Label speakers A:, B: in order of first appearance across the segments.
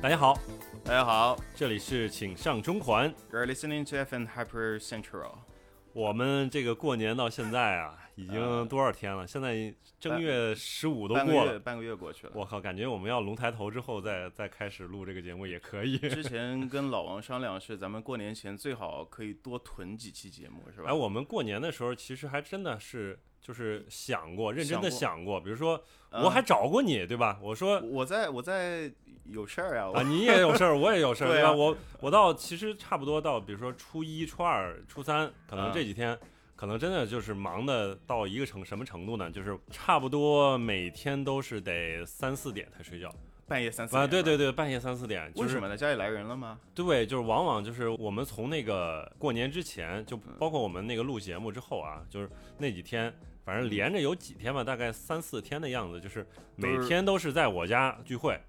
A: 大家好，
B: 大家好
A: 这里是请上中环。
B: ，You're listening to FM Hyper Central。
A: 我们这个过年到现在啊，已经多少天了？现在正月十五都
B: 呃半个
A: 过
B: 月，
A: 了，
B: 半个月过去了。
A: 我靠，感觉我们要龙抬头之后再再开始录这个节目也可以。
B: 之前跟老王商量是，咱们过年前最好可以多囤几期节目，是吧？
A: 哎，我们过年的时候其实还真的是就是想过，认真的想过，比如说
B: 嗯
A: 我还找过你，对吧？我说
B: 我在我在有事儿啊，
A: 啊，
B: 我
A: 你也有事儿，我也有事儿，
B: 对
A: 对吧？
B: 啊
A: 我我到其实差不多到，比如说初一、初二、初三，可能
B: 嗯
A: 这几天，可能真的就是忙的到一个程什么程度呢？就是差不多每天都是得三四点才睡觉
B: 半夜三四
A: 啊，
B: 点。
A: 对对对，半夜三四点，
B: 是吧，
A: 就
B: 为
A: 是
B: 什么呢？家里来人了吗？
A: 对，就是往往就是我们从那个过年之前，就包括我们那个录节目之后啊，就是那几天，反正连着有几天吧，大概三四天的样子，就是每
B: 都是
A: 天都是在我家聚会。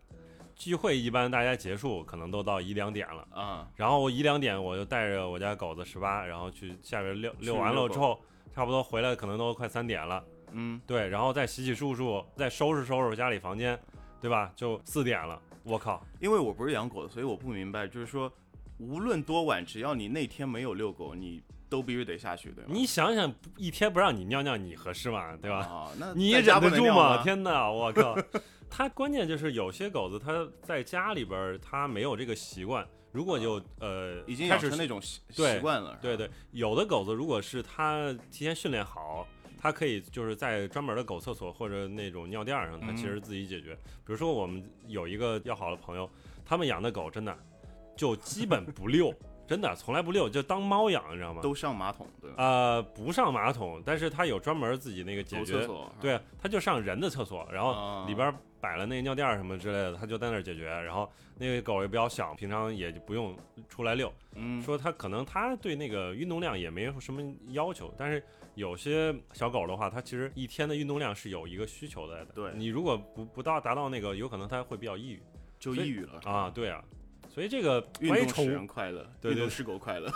A: 聚会一般大家结束可能都到一两点了，
B: 啊，
A: 然后一两点我就带着我家狗子十八，然后去下边遛遛完了
B: 遛狗
A: 之后，差不多回来可能都快三点了，
B: 嗯，
A: 对，然后再洗洗漱漱，再收拾收拾家里房间，对吧？就四点了，我靠，
B: 因为我不是养狗的，所以我不明白，就是说，无论多晚，只要你那天没有遛狗，你都必须得下去，对吗？
A: 你想想，一天不让你尿尿，你合适吗？对吧？
B: 啊，那
A: 你
B: 在
A: 忍
B: 家
A: 得
B: 不能
A: 住
B: 尿
A: 吗？天哪，我靠！ 它关键就是有些狗子，它在家里边儿它没有这个习惯。如果有呃，
B: 啊已经
A: 开
B: 养
A: 始
B: 成那种习
A: 对
B: 习惯了，
A: 对对，有的狗子如果是它提前训练好，它可以就是在专门的狗厕所或者那种尿垫儿上，它
B: 嗯
A: 其实自己解决。比如说我们有一个要好的朋友，他们养的狗真的就基本不 遛，真的从来不遛，就当猫养，你知道吗？
B: 都上马桶，对吧？
A: 呃，不上马桶，但是它有专门自己那个解
B: 走啊
A: 决
B: 厕，所，嗯
A: 对，它就上人的厕所，然后
B: 啊，
A: 哦里边摆了那个尿垫儿什么之类的，它就在那儿解决。然后那个狗也比较小，平常也就不用出来遛。
B: 嗯，
A: 说它可能它对那个运动量也没有什么要求，但是有些小狗的话，它其实一天的运动量是有一个需求在的。
B: 对
A: 你如果不不到达到那个，有可能它会比较抑郁
B: 就抑郁了。
A: 啊。对啊，所以这个
B: 运
A: 关于
B: 动
A: 宠
B: 使
A: 物
B: 人快乐，
A: 对对
B: 运动
A: 对
B: 使狗快乐。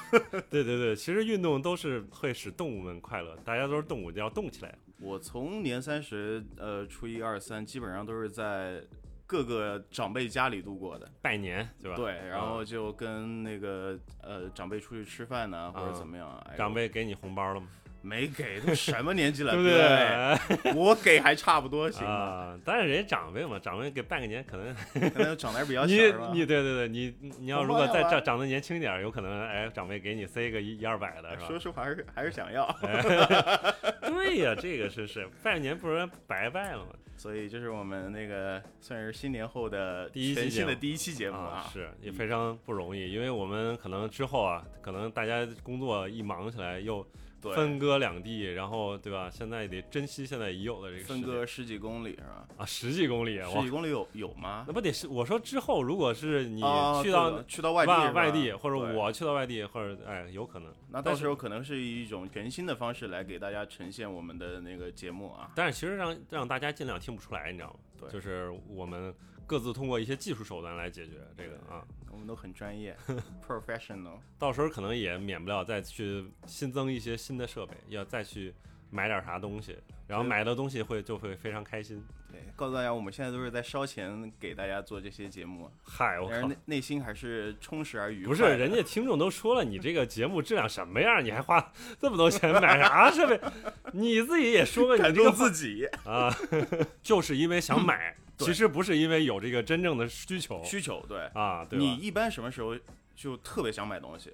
A: 对对对，其实运动都是会使动物们快乐，大家都是动物，要动起来。
B: 我从年三十，呃，初一、二、三，基本上都是在各个长辈家里度过的。
A: 拜年，对吧？，啊
B: 对，然后就跟那个呃长辈出去吃饭呢，或者怎么样啊。哎呦
A: 长辈给你红包了吗？
B: 没给，都什么年纪了，
A: 对不
B: 对
A: 对？
B: 我给还差不多行吗？
A: 啊，但是人家长辈嘛，长辈给拜个年，可能
B: 可能长得还比较 小
A: 你
B: 是吧？
A: 你对对对，你你要
B: 红
A: 如
B: 包
A: 果
B: 要
A: 再
B: 完
A: 长长得年轻点儿，有可能哎，长辈给你塞个一一二百的是
B: 哎说
A: 吧？
B: 实话还是还是想要，
A: 哎对呀，这个是是拜年不然白拜了嘛？
B: 所以这是我们那个算是新年后的
A: 第一期
B: 全
A: 节
B: 新的
A: 目
B: 第一期节目
A: 啊
B: 啊，，
A: 是也非常不容易，因为我们可能之后啊，可能大家工作一忙起来又
B: 对，
A: 分割两地，然后对吧？现在得珍惜现在已有的这个时
B: 分
A: 间
B: 割十几公里是吧？
A: 啊，十几公里，
B: 十
A: 哇
B: 几，公里有有吗
A: 那？不得是我说之后，如果是你
B: 啊
A: 去到
B: 对的去到外地是吧
A: 外地，或者
B: 对
A: 我去到外地，或者哎，有可能。
B: 那
A: 但
B: 到
A: 是
B: 时候可能是以一种全新的方式来给大家呈现我们的那个节目啊。
A: 但是其实让让大家尽量听不出来，你知道吗？
B: 对
A: 就是我们各自通过一些技术手段来解决这个啊。
B: 我们都很 专业，professional。
A: 到时候可能也免不了再去新增一些新的设备，要再去买点啥东西，然后
B: 对
A: 买的东西会就会非常开心。
B: 对，告诉大家我们现在都是在烧钱给大家做这些节目，
A: 嗨，我
B: 但是
A: 靠
B: 内！内心还是充实而愉快。
A: 不是，人家听众都说了，你这个节目质量什么样？你还花这么多钱买啥设备？你自己也说个
B: 感
A: 你这
B: 动
A: 个
B: 自己，
A: 啊，就是因为想买，
B: 对
A: 其实不是因为有这个真正的需求
B: 需求嗯对。
A: 啊， 对
B: 你
A: 吧？
B: 一般什么时候就特别想买东西？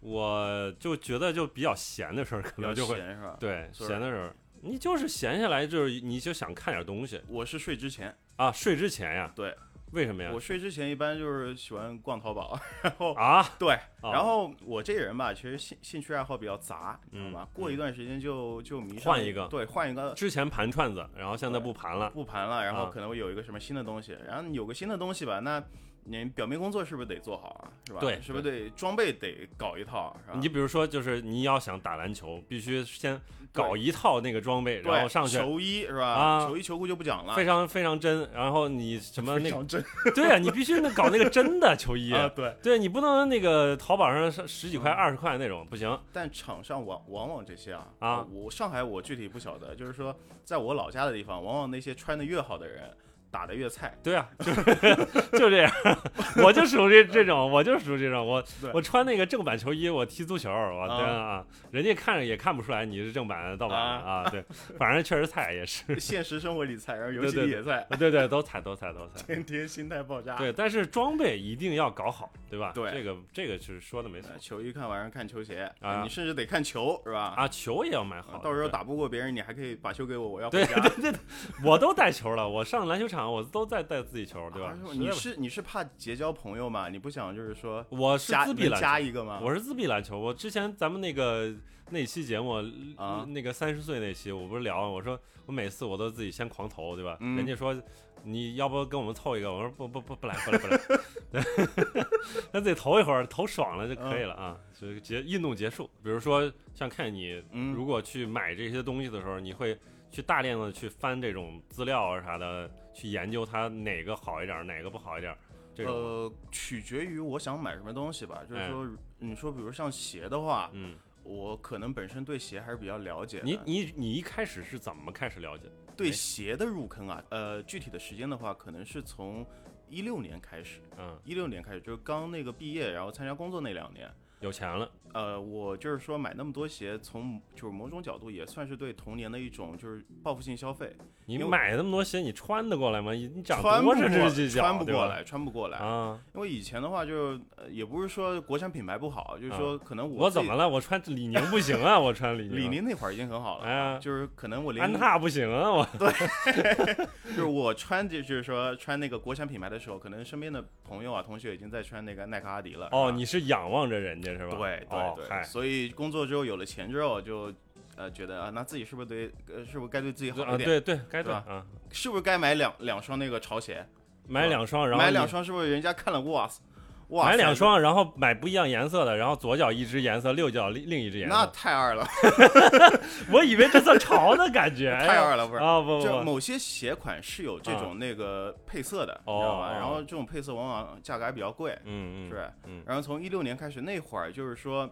A: 我就觉得就比较闲的时候，可
B: 比
A: 能
B: 较
A: 就会
B: 闲是吧？
A: 对
B: 就是
A: 闲的时候，你就是闲下来，就是你就想看点东西
B: 我是睡之前，
A: 啊。睡之前呀，
B: 对，
A: 为什么呀
B: 我？睡之前一般就是喜欢逛淘宝， 然后
A: 啊，
B: 对，
A: 啊
B: 然后我这个人吧，其实兴兴趣爱好比较杂，你知道吧？过一段时间就就迷上
A: 嗯换一个
B: 对，换一个
A: 之前盘串子，然后现在
B: 对
A: 不盘了，
B: 不盘了，然
A: 啊
B: 后可能会有一个什么新的东西，然后有个新的东西吧，那你表面工作是不是得做好啊？是吧？
A: 对
B: 是不是得装备得搞一套？是吧？
A: 你比如说，就是你要想打篮球，必须先搞
B: 对
A: 一套那个装备，
B: 对
A: 然后上去
B: 球衣是吧？
A: 啊
B: 球衣球裤就不讲了，
A: 非常非常真，然后你什么那
B: 非
A: 个，
B: 常真
A: 对啊，你必须得搞那个真的球 衣，
B: 啊，对。
A: 对你不能那个淘宝上上十几
B: 嗯
A: 块、二十块那种，不行
B: 但场上往往往这些啊
A: 啊
B: 我上海我具体不晓得，就是说在我老家的地方，往往那些穿的越好的人，打得越菜。
A: 对啊，就是就 这样，我就属于这种，我就属于这种，我
B: 对
A: 我穿那个正版球衣，我踢足球，我
B: 啊
A: 天啊，人家看着也看不出来你是正版的盗版的啊，对，反正确实菜也是，
B: 现实生活里菜，然后游戏
A: 对对
B: 里也菜，
A: 对对，都菜都菜都 菜，
B: 天天心态爆炸。
A: 对，但是装备一定要搞好，对吧？
B: 对
A: 这个这个是说的没错
B: 呃，球衣看完，看球鞋
A: 啊
B: 你甚至得看球是吧？
A: 啊，球也要买好
B: 啊
A: 的，
B: 到时候
A: 对
B: 打不过别人，你还可以把球给我，我要回
A: 对
B: 家。 啊
A: 对对，我都带球了，我上篮球场我都在带自己球，对吧
B: 啊？
A: 实
B: 你
A: 在
B: 是你是怕结交朋友嘛？你不想就是说
A: 不我是
B: 加
A: 自闭
B: 能
A: 篮
B: 加
A: 球，
B: 一个吗？
A: 我是自闭篮球。我之前咱们那个那期节目
B: 啊
A: 那个三十岁那期，我不是聊我说我每次我都自己先狂投，对吧？
B: 嗯
A: 人家说你要不跟我们凑一个，我说不不不不来不来 不来，那自己投一会儿，投爽了就可以了啊，就结运动结束。比如说像看你
B: 嗯
A: 如果去买这些东西的时候，你会去大量的去翻这种资料啊啥的，去研究它哪个好一点儿，哪个不好一点儿，这种，
B: 呃，取决于我想买什么东西吧。就是
A: 哎
B: 说，你说比如像鞋的话，
A: 嗯，
B: 我可能本身对鞋还是比较了解的。
A: 你哎你你一开始是怎么开始了解？
B: 对
A: 没
B: 鞋的入坑啊，呃，具体的时间的话，可能是从一六年开始，
A: 嗯，
B: 一六年开始就是刚那个毕业，然后参加工作那两年。
A: 有钱了，
B: 呃，我就是说买那么多鞋，从就是某种角度也算是对童年的一种就是报复性消费，
A: 你
B: 因为
A: 买那么多鞋，你穿得过来吗？你你长
B: 穿不
A: 多
B: 过
A: 少只指甲？
B: 穿不
A: 对吧
B: 过来，穿不过来。
A: 啊！
B: 因为以前的话就，呃也不是说国产品牌不好，就是说可能
A: 啊我
B: 自
A: 怎
B: 己
A: 么了？我穿李宁不行啊，我穿李宁，
B: 李，宁那会儿已经很好了，
A: 哎呀，
B: 就是可能我零
A: 安踏不行啊， 我
B: 就是我穿就就是说穿那个国产品牌的时候，可能身边的朋友啊、同学已经在穿那个耐克、阿迪了。
A: 哦，
B: 是
A: 你是仰望着人家是吧？
B: 吧对
A: 哦
B: 对对，
A: 嗨，
B: 所以工作之后有了钱之后就。呃，觉得啊，那自己是不是得，呃，是不是该对自己好
A: 啊
B: 一点？
A: 对对，该
B: 对
A: 对
B: 吧
A: 啊，
B: 是不是该买两两双那个潮鞋？
A: 买两双，然后
B: 买
A: 你
B: 两双是不是人家看了哇塞，哇塞，
A: 买两双，然后买不一样颜色的，然后左脚一只颜色，右脚另另一只颜
B: 那
A: 色。
B: 太二了，
A: 我以为这算潮的感觉，
B: 太二了，不是？
A: 啊不
B: 就
A: 不不，
B: 某些鞋款是有这种那个配色的，你知道吧？
A: 哦
B: 然后这种配色往往价格还比较贵，
A: 嗯嗯，
B: 是。
A: 嗯
B: 然后从一六年开始那会儿，就是说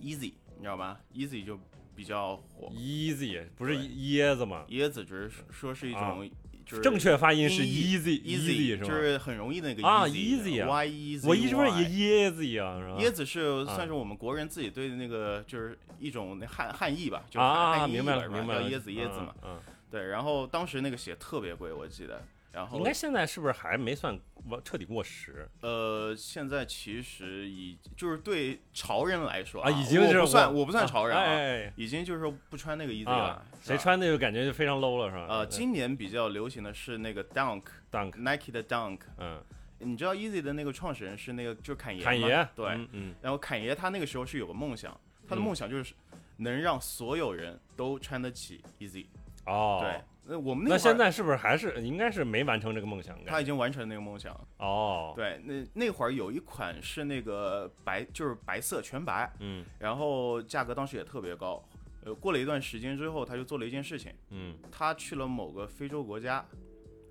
B: Easy，你知道吧？Easy 就比较火，
A: ，easy 不是
B: 对
A: 椰子吗？
B: 椰子只是说是一种就是
A: 啊正确发音是
B: 音
A: easy
B: easy，
A: 是
B: 就
A: 吗？
B: 是很容易的那个
A: 啊
B: easy
A: easy 啊
B: y easy，
A: 我一直不是
B: y
A: 椰子啊，是吧？
B: 椰子是
A: 啊
B: 算是我们国人自己对的那个，就是一种那汉汉译 吧，就汉
A: 啊，
B: 汉译
A: 明白
B: 吧
A: 了
B: 是吧
A: 明白了，
B: 叫椰子椰子嘛。
A: 嗯，嗯
B: 对，然后当时那个鞋特别贵，我记得。然
A: 嗯应
B: 后
A: 该现在是不是还没算完彻底过时？
B: 呃，现在其实已就是对潮人来说
A: 啊已经是
B: 我不算
A: 我
B: 我不算潮人
A: 哎
B: 啊，
A: 哎，
B: 已经就是说不穿那个 Easy
A: 哎啊
B: 了，，
A: 谁
B: 是吧？
A: 穿那个感觉就非常 low 了，是吧？
B: 呃，今年比较流行的是那个 Dunk
A: Dunk，
B: Nike 的 Dunk，
A: 嗯，
B: 你知道 Easy 的那个创始人是那个就是侃爷
A: 侃
B: 嘛
A: 爷，
B: 对，
A: 嗯嗯，
B: 然后侃爷他那个时候是有个梦想，他的
A: 嗯
B: 梦想就是能让所有人都穿得起 Easy，
A: 哦，
B: 对，那我们
A: 那
B: 会
A: 现
B: 儿
A: 在是不是还是应该是没完成这个梦想？
B: 他已经完成了那个梦想，
A: 哦，
B: 对，那那会儿有一款是那个白，就是白色全白，
A: 嗯
B: 然后价格当时也特别高。呃，过了一段时间之后，他就做了一件事情，
A: 嗯，
B: 他去了某个非洲国家。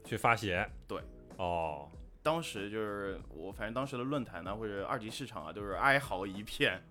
A: 去发鞋，
B: 对，
A: 哦，
B: 当时就是我，反正当时的论坛呢，或者二级市场啊，都是哀嚎一片。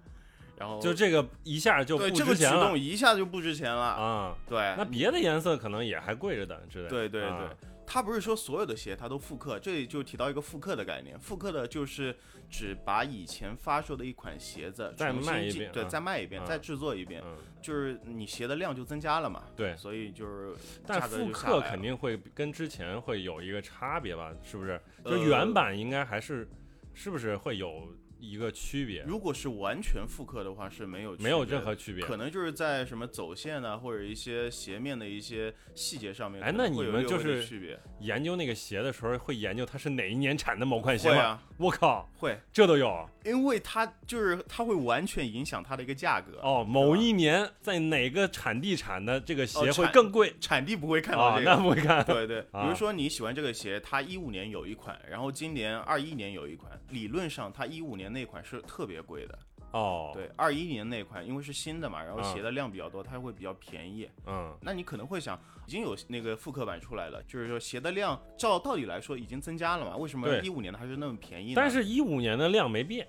B: 然后
A: 就这个一下就不
B: 哦对
A: 值
B: 这个举
A: 钱了
B: 动一下就不值钱了。
A: 啊。
B: 对，
A: 那别的颜色可能也还贵着的之类的。
B: 对对
A: 啊
B: 对，它不是说所有的鞋它都复刻，这里就提到一个复刻的概念。复刻的就是只把以前发售的一款鞋子
A: 再
B: 重新
A: 卖一
B: 进
A: 遍
B: 对，
A: 啊
B: 再卖一遍，
A: 啊
B: 再制作一遍，
A: 嗯，
B: 就是你鞋的量就增加了嘛。
A: 对
B: 所以就是
A: 但
B: 价格就
A: 复
B: 下
A: 刻
B: 来了
A: 肯定会跟之前会有一个差别吧？是不是？就
B: 呃
A: 是原版应该还是，是不是会有一个区别？
B: 如果是完全复刻的话是没有区
A: 没有
B: 别
A: 任
B: 的
A: 何区别。
B: 可能就是在什么走线啊，或者一些鞋面的一些细节上面，
A: 哎
B: 可能
A: 那你
B: 会有
A: 们
B: 略
A: 就
B: 微的
A: 是
B: 区别
A: 研究那个鞋的时候，会研究它是哪一年产的某款鞋
B: 会
A: 吗？
B: 啊
A: 我靠，
B: 会，
A: 这都有
B: 因为它就是它会完全影响它的一个价格，
A: 哦！某一年在哪个产地产的这个鞋会
B: 哦产
A: 更贵
B: 产地不会看
A: 啊
B: 到？这个
A: 那，不会看
B: 对对，比 如
A: 啊
B: 说你喜欢这个鞋，它一五年有一款，然后今年二一年有一款，理论上它一五年那款是特别贵的，
A: 哦。，
B: 对，二一年那款因为是新的嘛，然后
A: 啊
B: 鞋的量比较多，它会比较便宜。
A: 嗯，
B: 那你可能会想，已经有那个复刻版出来了，就是说鞋的量照道理来说已经增加了嘛，为什么
A: 对
B: 一五年的还是那么便宜呢？
A: 但是一五年的量没变，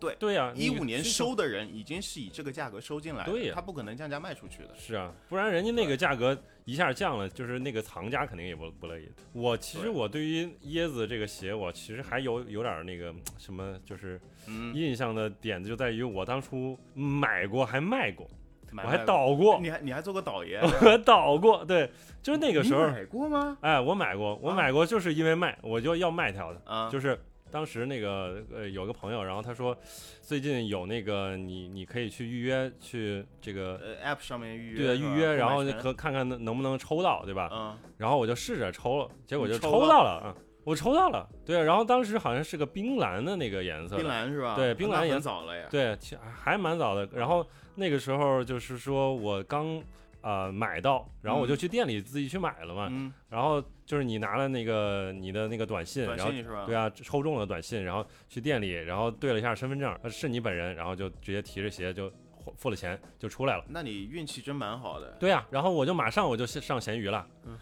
B: 对
A: 对啊呀、
B: 一五
A: 你
B: 年
A: 这
B: 收的人已经是以这个价格收进来的，
A: 对呀
B: 他不可能降价卖出去的。
A: 是啊，不然人家那个价格一下降了，就是那个藏家肯定也不不乐意。我其实
B: 对
A: 我对于椰子这个鞋，我其实还有有点儿那个嗯什么，就是
B: 嗯，
A: 印象的点子就在于我当初买过还卖过，
B: 我
A: 我还，倒过，，
B: 你还你还做过导爷
A: 我倒过，对，就是 那
B: 那
A: 个时候，
B: 买过吗？
A: 哎，我买过，我
B: 啊
A: 买过，就是因为卖，我就要卖条的。
B: 啊，
A: 就是当时那个呃有个朋友，然后他说最近有那个你你可以去预约去这个
B: 呃，App 上面预约，
A: 对啊预约，然后
B: 就
A: 就可看看能能不能抽到，对吧？
B: 嗯，
A: 然后我就试着抽了，结果
B: 你
A: 就
B: 抽
A: 抽
B: 到
A: 到了，嗯，我抽到了，对，啊然后当时好像是个冰蓝的那个颜色
B: 冰
A: 的，
B: 蓝是吧？
A: 对冰蓝
B: 那
A: 也
B: 很早了呀。
A: 对，其还蛮早的。然后那个时候就是说我刚呃买到，然后我就去店里自己去买了嘛，
B: 嗯，
A: 然后就是你拿了那个你的那个短信，
B: 短
A: 然后
B: 信是吧？
A: 对啊，抽中了短信，然后去店里，然后对了一下身份证，呃是你本人，然后就直接提着鞋就付付了钱就出来了。
B: 那你运气真蛮好的。
A: 对啊，然后我就马上我就先上闲鱼了，
B: 嗯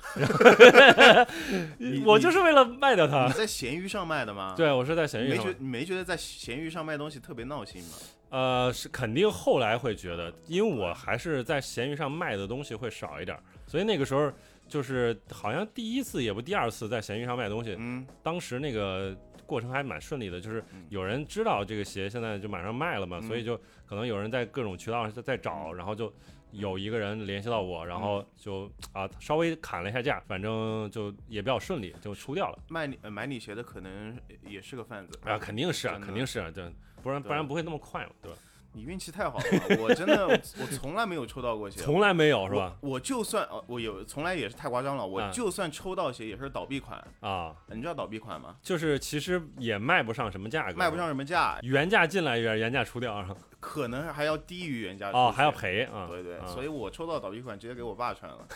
B: 你
A: 我
B: 你
A: 就是为了卖掉它
B: 你。在闲鱼上卖的吗？，
A: 对，我是在闲
B: 你
A: 鱼
B: 没
A: 上
B: 觉
A: 买，
B: 你没觉得在闲鱼上卖东西特别闹心吗？
A: 呃，是肯定后来会觉得，因为我还是在闲鱼上卖的东西会少一点儿，所以那个时候就是好像第一次也不第二次在闲鱼上卖东西，
B: 嗯，
A: 当时那个过程还蛮顺利的，就是
B: 嗯
A: 有人知道这个鞋现在就马上卖了嘛，
B: 嗯
A: 所以就可能有人在各种渠道上在找，然后就有一个人联系到我，然后就啊稍微砍了一下价，反正就也比较顺利，就出掉了
B: 卖你呃买你鞋的可能也是个贩子
A: 啊，肯定是啊，
B: 真的
A: 肯定是啊，对，不然
B: 对
A: 不然不会那么快嘛，对吧？
B: 你运气太好了，我 真的我从来没有抽到过鞋，
A: 从来没有是吧？
B: 我？我就算呃我有从来也是太夸张了，我
A: 嗯
B: 就算抽到鞋也是倒闭款，
A: 啊，
B: 你知道倒闭款吗？
A: 就是其实也卖不上什么价格，
B: 卖不上什么价，
A: 原价进来原原价出掉啊，
B: 可能还要低于原价
A: 哦还要
B: 出去。
A: 赔啊，
B: 对对，
A: 啊
B: 所以我抽到倒闭款直接给我爸穿了，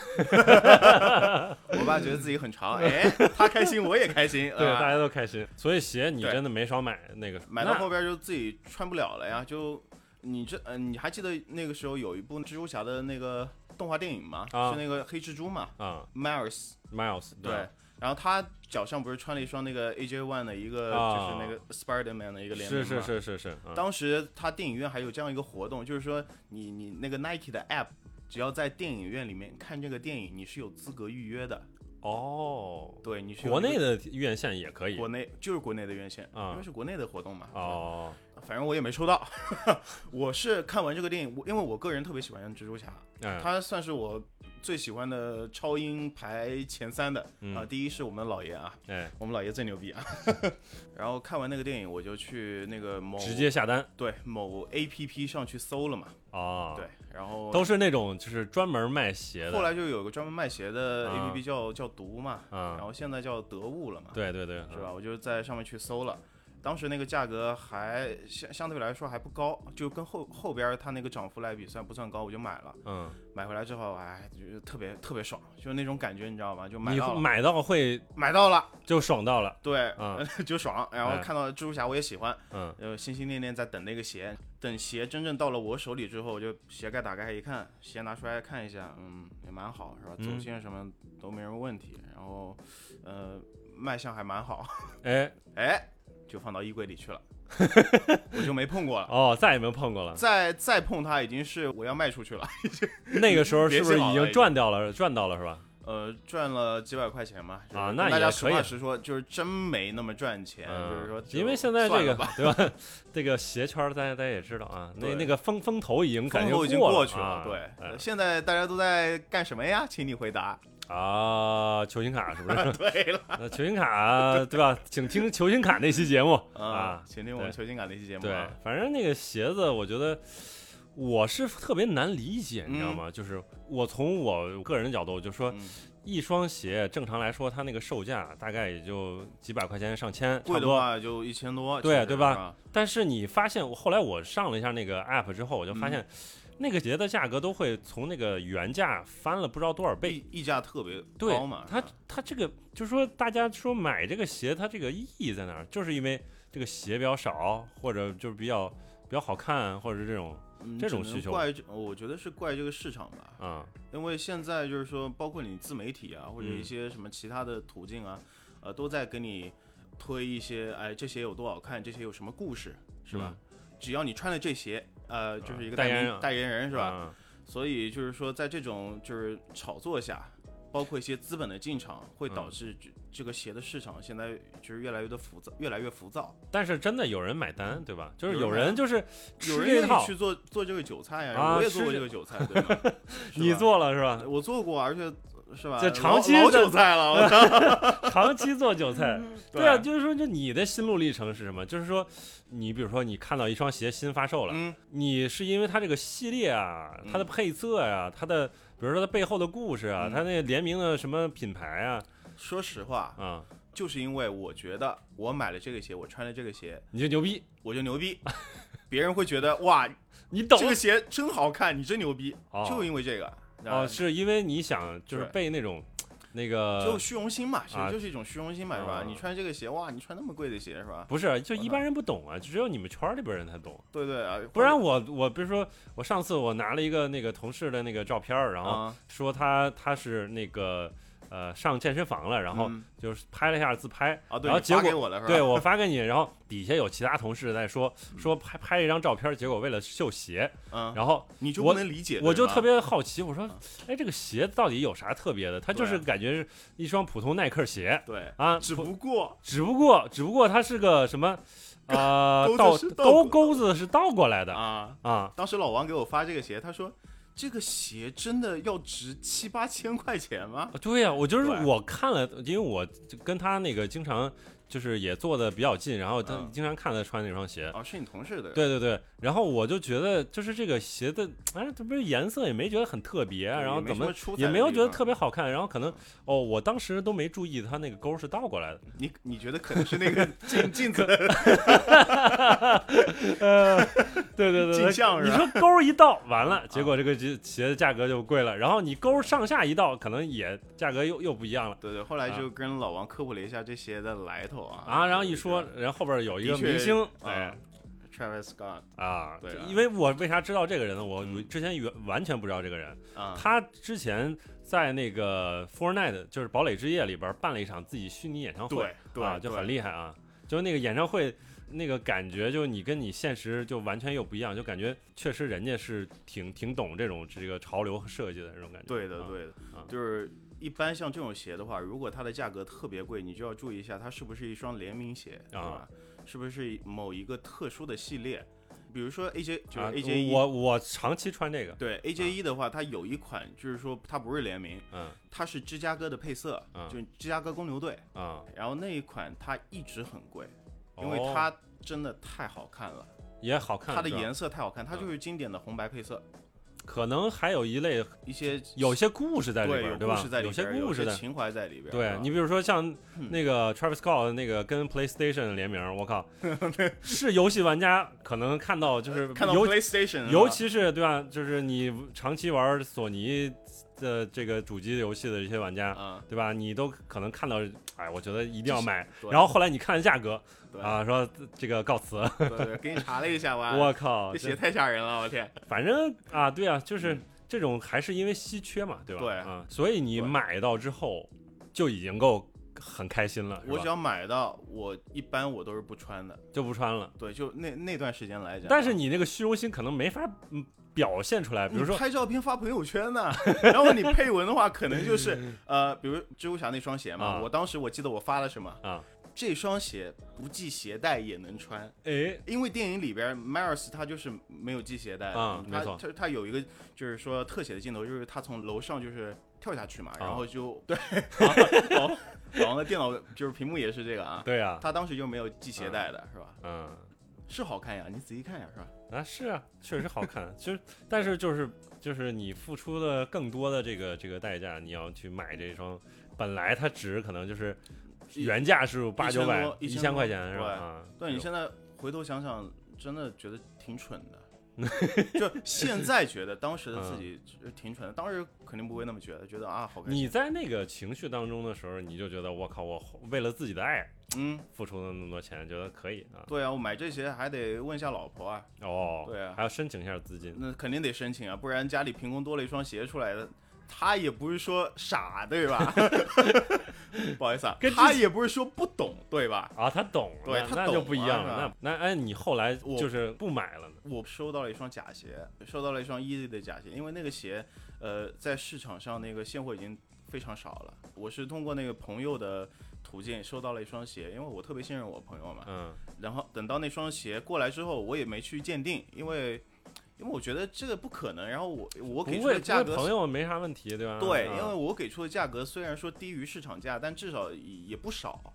B: 我爸觉得自己很长，哎，他开心我也开心，
A: 对
B: 啊
A: 大家都开心，所以鞋你
B: 对
A: 真的没少买那个，
B: 买到
A: 那
B: 后边就自己穿不了了呀，就你这呃，你还记得那个时候有一部蜘蛛侠的那个动画电影吗？
A: 啊
B: 是那个黑蜘蛛嘛
A: 啊
B: ，Miles
A: ，Miles
B: 对。然后他脚上不是穿了一双那个 AJ One 的一个，
A: 啊
B: 就是那个 Spider Man 的一个联名
A: 是
B: 嘛。
A: 是。是是是，嗯
B: 当时他电影院还有这样一个活动，就是说你你那个 Nike 的 App，只要在电影院里面看这个电影，你是有资格预约的。
A: 哦，
B: 对，你是有
A: 国内
B: 一个
A: 的院线也可以
B: 国内就是国内的院线，
A: 啊
B: 因为是国内的活动嘛。
A: 哦，
B: 反正我也没抽到。 我是看完这个电影，我因为我个人特别喜欢蜘蛛侠，
A: 嗯
B: 他算是我最喜欢的超英排前三的啊、
A: 嗯
B: 第一是我们老爷啊，
A: 哎，
B: 我们老爷最牛逼啊。 然后看完那个电影，我就去那个某
A: 直接下单
B: 对某 A P P 上去搜了嘛，
A: 哦，
B: 对，，然后
A: 都是那种就是专门卖鞋
B: 后
A: 的，
B: 来就有个专门卖鞋的 A
A: 啊
B: P P 叫、叫毒嘛，
A: 啊
B: 然后现在叫得物了嘛，
A: 对对对，嗯
B: 是吧？我就在上面去搜了，当时那个价格还相相对来说还不高，就跟后后边儿它那个涨幅来比算不算高，我就买了。
A: 嗯？
B: 买回来之后，哎，就是特别特别爽，就是那种感觉，你知道吗？就
A: 嗯，
B: 买
A: 你
B: 到
A: 会
B: 了，
A: 买到会
B: 买到了，
A: 就爽到了，
B: 对，
A: 嗯
B: 就爽。然后
A: 哎
B: 看到蜘蛛侠我也喜欢，
A: 嗯，
B: 呃，心心念念在等那个鞋，等鞋真正到了我手里之后，我就鞋盖打开一看，鞋拿出来看一下，嗯，也蛮好，是吧？
A: 嗯
B: 走线什么都没什么问题，然后，呃，卖相还蛮好，
A: 哎，
B: 哎，就放到衣柜里去了，我就没碰过了。
A: 哦，再也没有碰过了。
B: 再再碰它已经是我要卖出去了，
A: 那个时候是不
B: 别
A: 是
B: 信好
A: 已
B: 了
A: 经赚掉了？赚到了是吧？
B: 呃，赚了几百块钱嘛。就是
A: 啊
B: 跟
A: 那
B: 大
A: 也
B: 家实
A: 可以
B: 话实说，就是真没那么赚钱，哎就是说
A: 嗯，
B: 就
A: 因为现在这
B: 算了
A: 个
B: 吧
A: 对吧，这个鞋圈儿大家大家也知道啊，那
B: 对
A: 那个风风头已经感
B: 风
A: 觉
B: 头已经
A: 过
B: 去
A: 啊
B: 对，
A: 哎
B: 呃现在大家都在干什么呀？请你回答。
A: 啊，球星卡是不是？
B: 对了，
A: 那球星卡对吧？请听球星卡那期节目
B: 啊
A: 啊，。
B: 请听我们
A: 对
B: 球星感的一期节目
A: 对
B: 啊。，
A: 反正那个鞋子，我觉得我是特别难理解，你知道
B: 嗯
A: 吗？就是我从我个人的角度，就说
B: 嗯
A: 一双鞋正常来说，它那个售价大概也就几百块钱、上千，差不
B: 贵的
A: 多。
B: 话就一千多，
A: 对
B: 其实啊
A: 对吧
B: 是？
A: 但是你发现，我后来我上了一下那个 app 之后，我就发现。那个鞋的价格都会从那个原价翻了不知道多少倍，
B: 溢溢价特别
A: 对
B: 高嘛，，
A: 它
B: 是吧
A: 它这个就是说，大家说买这个鞋，它这个意义在哪儿？就是因为这个鞋比较少，或者就是比较比较好看，或者是这种
B: 嗯
A: 这种
B: 只能
A: 需求
B: 怪这，我觉得是怪这个市场吧，
A: 啊、
B: 因为现在就是说，包括你自媒体啊，或者
A: 嗯
B: 一些什么其他的途径啊，呃，都在给你推一些，哎，这些有多好看，这些有什么故事，是吧？只要你穿了这鞋，呃，就是一
A: 嗯啊
B: 个
A: 代言
B: 言
A: 人
B: 代言人是吧？
A: 啊
B: 所以就是说，在这种就是炒作下，包括一些资本的进场，会导
A: 嗯
B: 致这这个鞋的市场现在就是越来越的浮躁，越来越浮躁。
A: 但是真的有人买单，对吧？就是
B: 有
A: 有
B: 人买
A: 人就是
B: 有
A: 吃
B: 人
A: 这
B: 愿
A: 套
B: 意去，做做这个韭菜呀、
A: 啊
B: 我也做过
A: 是
B: 这个韭菜，对吧？
A: 你
B: 是吧，
A: 做了是吧？
B: 我做过，而且是吧？
A: 这
B: 老
A: 长期
B: 老
A: 的
B: 韭菜了，我操
A: 长期做韭菜，
B: 对
A: 对啊，就是说，就你的心路历程是什么？就是说，你比如说，你看到一双鞋新发售了，
B: 嗯，
A: 你是因为它这个系列啊，它的
B: 嗯
A: 配色呀、它的比如说它背后的故事啊，
B: 嗯
A: 它那联名的什么品牌啊，
B: 说实话，
A: 啊，
B: 就是因为我觉得我买了这个鞋，我穿了这个鞋，
A: 你就牛逼，
B: 我就 牛逼，别人会觉得哇，
A: 你懂
B: 这个鞋真好看，你真牛逼，
A: 哦
B: 就因为这个。啊
A: 哦，是因为你想就是
B: 对
A: 被那种那
B: 就
A: 个
B: 虚荣心嘛，其
A: 呃啊
B: 实就是一种虚荣心嘛，是吧
A: 啊？
B: 你穿这个鞋，哇，你穿那么贵的鞋，是吧？
A: 不是，就一般人不懂啊，只有你们圈儿里边人才懂。
B: 对对啊，
A: 不然我我比如说我上次我拿了一个那个同事的那个照片儿，然后
B: 啊，
A: 说他他是那个呃上健身房了，然后
B: 嗯
A: 就是拍了一下自拍，
B: 啊，对，
A: 然后
B: 你
A: 结
B: 发
A: 果
B: 给我了是吧？
A: 对我发给你，然后底下有其他同事在说说拍拍了一张照片，结果为了秀鞋，
B: 嗯，
A: 然后
B: 你就
A: 我
B: 不能理解，
A: 我就
B: 对吧
A: 特别好奇，我说
B: 啊，
A: 哎，这个鞋到底有啥特别的？它就是
B: 对啊
A: 感觉是一双普通耐克鞋
B: 对，
A: 啊，
B: 只
A: 普
B: 不过
A: 只不过只不过它是个什么呃
B: 钩
A: 倒
B: 子是倒
A: 钩
B: 过
A: 钩子是倒过来的
B: 啊，
A: 啊，
B: 当时老王给我发这个鞋，他说这个鞋真的要值七八千块钱吗？
A: 对呀、我就是
B: 对
A: 我看了，因为我就跟他那个经常就是也坐的比较近，然后他
B: 嗯
A: 经常看他穿那双鞋，
B: 啊，是你同事的，
A: 对对对，然后我就觉得就是这个鞋的，哎，这不是颜色也没觉得很特别，啊
B: 对，
A: 然后怎么
B: 么
A: 也没有觉得特别好看，然后可能哦，我当时都没注意它那个钩是倒过来的，
B: 你你觉得可能是 那个镜镜子的
A: 呃，对对对
B: 镜
A: 对，
B: 像
A: 你
B: 是吧？啊
A: 说钩一倒完了，结果这个鞋鞋的价格就贵了，然后你钩上下一倒，可能也价格又又不一样了
B: 对对，后来就跟老王科普了一下这鞋的来头啊
A: 啊，然后一
B: 就是
A: 说，然后后边有一个
B: 的确
A: 明星，哎
B: 啊。Travis Scott
A: 啊，
B: 对啊
A: 因为我为啥知道这个人呢？我
B: 嗯
A: 之前原完全不知道这个人，
B: 啊，
A: 他之前在那个 Fortnite，就是堡垒之夜里边办了一场自己虚拟演唱会，
B: 对对
A: 啊，就很厉害啊，就是那个演唱会。那个感觉就你跟你现实就完全又不一样，就感觉确实人家是挺挺懂这种这个潮流和设计的这种感觉。
B: 对的
A: 啊，
B: 对的
A: 啊，
B: 就是一般像这种鞋的话，如果它的价格特别贵，你就要注意一下它是不是一双联名鞋，对
A: 啊
B: 吧？是不是某一个特殊的系列？比如说 AJ 就是
A: 啊
B: AJ 一、
A: 我啊我长期穿这个，
B: 对 AJ 一的话，它有一款就是说它不是联名，
A: 嗯
B: 它是芝加哥的配色，
A: 啊
B: 就是芝加哥公牛队。
A: 啊，
B: 然后那一款它一直很贵，因为
A: 哦
B: 它真的太好看了，
A: 也好看，
B: 它的
A: 是吧嗯
B: 颜色太好看，它就是经典的红白配色，
A: 可能还有一类
B: 一些
A: 有些故事在里
B: 对
A: 边，
B: 有
A: 对
B: 故
A: 吧
B: 事在？里
A: 有些
B: 边，有
A: 故事在，
B: 情怀在里边。
A: 对
B: 啊
A: 你比如说像
B: 嗯
A: 那个 Travis Scott 那个跟 PlayStation 联名，我 靠，是游戏玩家可能看到就是
B: 看到
A: 尤
B: PlayStation，
A: 尤其是对吧，就是你长期玩索尼的这个主机游戏的这些玩家，
B: 啊，
A: 对吧？你都可能看到，哎，我觉得一定要买。
B: 对
A: 然后后来你看了价格
B: 嗯对，
A: 啊，说这个告 辞，
B: 对对，给你查了一下 哇，
A: 我靠
B: 这，鞋
A: 这
B: 太吓人了，我天，
A: 反正啊，对啊，就是这种还是因为稀缺嘛，对吧？
B: 嗯对
A: 啊，所以你
B: 对
A: 买到之后就已经够很开心了，是
B: 我只
A: 吧
B: 要买到，我一般我都是不穿的，
A: 就不穿了。
B: 对，就那那段时间来讲，啊
A: 但是。你那个虚荣心可能没法嗯表现出来，比如说
B: 拍照片发朋友圈呢、然后你配文的话，可能 就是呃，比如蜘蛛侠那双鞋嘛，
A: 啊
B: 我当时我记得我发了什么，
A: 啊，
B: 这双鞋不系鞋带也能穿，
A: 哎，
B: 因为电影里边 Miles 他就是没有系鞋带的
A: 啊
B: 他
A: 没错
B: 他他有一个就是说特写的镜头，就是他从楼上就是跳下
A: 嗯
B: 去嘛，然后就、 对，
A: 哦
B: 老老 王的电脑就是屏幕也是这个啊，
A: 对呀、啊，
B: 他当时就没有系鞋带的是吧？
A: 嗯，
B: 是好看呀，你仔细看呀是吧？
A: 啊是啊，确实好看，就是但是就是就是你付出了更多的这个这个代价，你要去买这双，本来它值可能就是
B: 一
A: 原价是八九百
B: 一千多
A: 千块钱是吧？
B: 对
A: 啊，
B: 对你
A: 这种
B: 现在回头想想，真的觉得挺蠢 的。就现在觉得当时的自己挺蠢的，当时肯定不会那么觉得，觉得啊好开
A: 嗯
B: 心，
A: 你在那个情绪当中的时候，你就觉得我靠，我为了自己的爱
B: 嗯，
A: 付出了那么多钱，觉得可以啊，
B: 对啊，我买这鞋还得问一下老婆啊，
A: 哦，
B: 对啊
A: 还要申请一下资金，
B: 那肯定得申请啊，不然家里凭空多了一双鞋出来的，他也不是说傻，对吧？ 不好意思啊
A: 跟，之
B: 他也不是说不懂，对吧？
A: 啊，他懂了，
B: 对
A: 那
B: 他
A: 那就
B: 懂
A: 不一
B: 了
A: 样
B: 是
A: 了
B: 吧。
A: 那那哎，你后来
B: 我
A: 就是不买了呢？
B: 我收到了一双假鞋，收到了一双 Easy 的假鞋，因为那个鞋，呃，在市场上那个现货已经非常少了。我是通过那个朋友的途径收到了一双鞋，因为我特别信任我朋友嘛。
A: 嗯
B: 然后等到那双鞋过来之后，我也没去鉴定，因为因为我觉得这个不可能。然后我我给
A: 不
B: 出
A: 会，
B: 的价
A: 不会
B: 格
A: 朋友没啥问题，对吧？
B: 对，
A: 啊
B: 因为我给出的价格虽然说低于市场价，但至少也不少，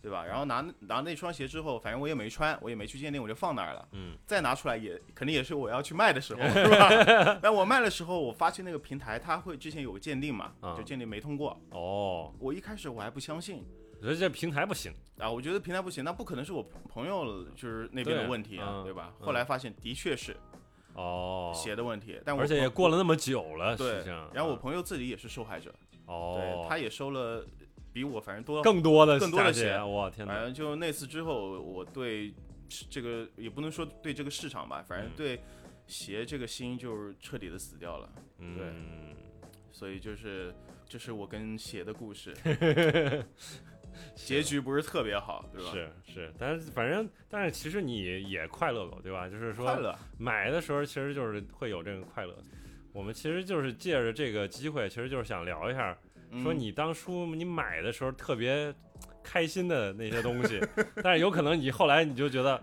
B: 对吧？然后拿拿那双鞋之后，反正我也没穿，我也没去鉴定，我就放那儿了。
A: 嗯，
B: 再拿出来也肯定也是我要去卖的时候，是吧？ 但我卖的时候，我发去那个平台，它会之前有鉴定嘛
A: 啊，
B: 就鉴定没通过。
A: 哦，
B: 我一开始我还不相信
A: 所以这平台不行，
B: 啊，我觉得平台不行，那不可能是我朋友就是那边
A: 对
B: 的问题
A: 嗯
B: 啊，对吧？
A: 嗯
B: 后来发现的确是
A: 哦，
B: 鞋的问题，但我
A: 而且也
B: 朋
A: 过了那么久了，
B: 对
A: 实际上，啊
B: 然后我朋友自己也是受害者，
A: 哦
B: 对，，他也收了比我反正多
A: 更多的
B: 更多的哎
A: 假
B: 鞋
A: 我天
B: 反
A: 哪，
B: 正就那次之后，我对这个也不能说对这个市场吧，反正
A: 嗯
B: 对鞋这个心就是彻底的死掉了。
A: 嗯，
B: 所以就是这是我跟鞋的故 事，结局不是特别好，对吧？
A: 是是，但是反正但是其实你也快乐过，对吧？就是
B: 快
A: 说
B: 乐，
A: 买的时候其实就是会有这个快乐。我们其实就是借着这个机会，其实就是想聊一下，
B: 嗯
A: 说你当初你买的时候特别开心的那些东 西，但是有可能你后来你就觉得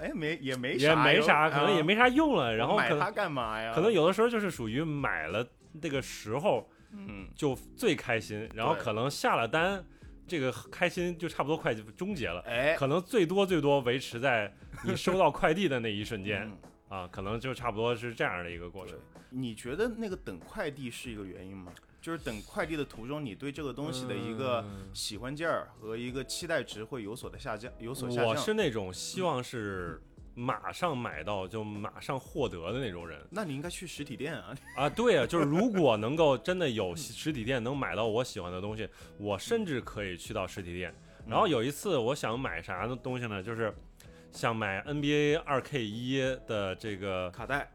B: 哎没也没
A: 也没啥，
B: 啥，
A: 可能也
B: 啊
A: 没啥用了，
B: 我
A: 然后
B: 买
A: 可能
B: 它干嘛呀？
A: 可能有的时候就是属于买了那个时候
B: 嗯，
A: 就最开心，然后
B: 对
A: 可能下了单，这个开心就差不多快就终结了，
B: 哎，
A: 可能最多最多维持在你收到快递的那一瞬间
B: 嗯
A: 啊，可能就差不多是这样的一个过
B: 对
A: 程。
B: 你觉得那个等快递是一个原因吗？就是等快递的途中，你对这个东西的一个
A: 嗯
B: 喜欢劲儿和一个期待值会有所的下降，有所下降。
A: 我是那种希望是马上买到就马上获得的那种人
B: 那你应该去实体店 啊！
A: 啊，对啊，就是如果能够真的有实体店能买到我喜欢的东西，我甚至可以去到实体店。然后有一次我想买啥的东西呢，就是想买 NBA 二 K 一的这个
B: 卡带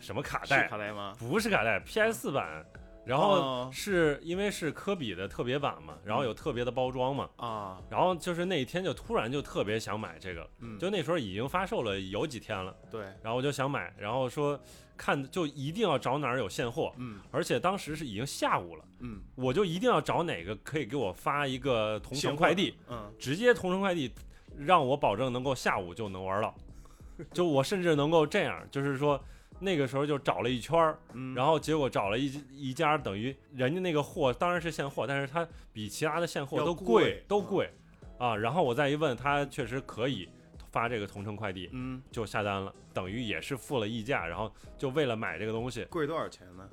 A: 什么卡
B: 是
A: 带，
B: 卡带吗？
A: 不是卡带，PS 四版。然后
B: 哦
A: 是因为是科比的特别版嘛，然后有特别的包装嘛，
B: 啊，
A: 然后就是那一天就突然就特别想买这个，
B: 嗯，
A: 就那时候已经发售了有几天了，
B: 对，
A: 然后我就想买，然后说看就一定要找哪儿有现货，
B: 嗯
A: 而且当时是已经下午了，
B: 嗯，
A: 我就一定要找哪个可以给我发一个同城
B: 现货
A: 快递，，
B: 嗯，
A: 直接同城快递，让我保证能够下午就能玩 到，就我甚至能够这样，就是说那个时候就找了一圈儿，
B: 嗯
A: 然后结果找了一一家，等于人家那个货当然是现货，但是它比其他的现货
B: 要
A: 都
B: 贵
A: 都
B: 嗯
A: 贵啊。然后我再一问，他确实可以发这个同城快递，
B: 嗯，
A: 就下单了，等于也是付了溢价，然后就为了买这个东西
B: 贵多少钱呢？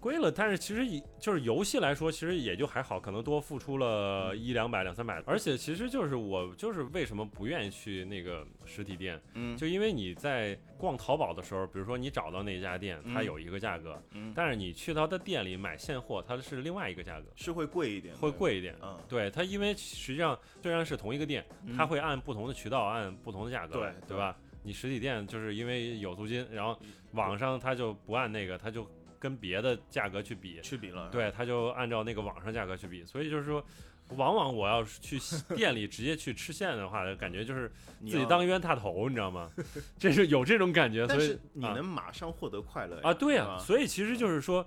A: 贵了，但是其实也就是游戏来说，其实也就还好，可能多付出了一两百、两三百，而且其实就是我就是为什么不愿意去那个实体店，
B: 嗯，
A: 就因为你在逛淘宝的时候，比如说你找到那家店，它
B: 嗯
A: 有一个价格，
B: 嗯
A: 但是你去到他店里买现货，它是另外一个价格，
B: 是会贵一点，
A: 会，贵一点。
B: 嗯，
A: 对它，因为实际上虽然是同一个店，
B: 嗯
A: 它会按不同的渠道按不同的价格，
B: 对嗯
A: 对吧？你实体店就是因为有租金，然后网上它就不按那个，它就跟别的价格去比，
B: 去比了，，
A: 对，它就按照那个网上价格去比。所以就是说，往往我要是去 店里直接去吃现的话，感觉就是
B: 你
A: 自己
B: 要
A: 当，冤大头，你知道吗？ 这是有这种感觉，
B: 但
A: 所以
B: 是你
A: 啊
B: 能马上获得快乐
A: 啊，对呀、
B: 呀，是吧
A: 所以其实就是说，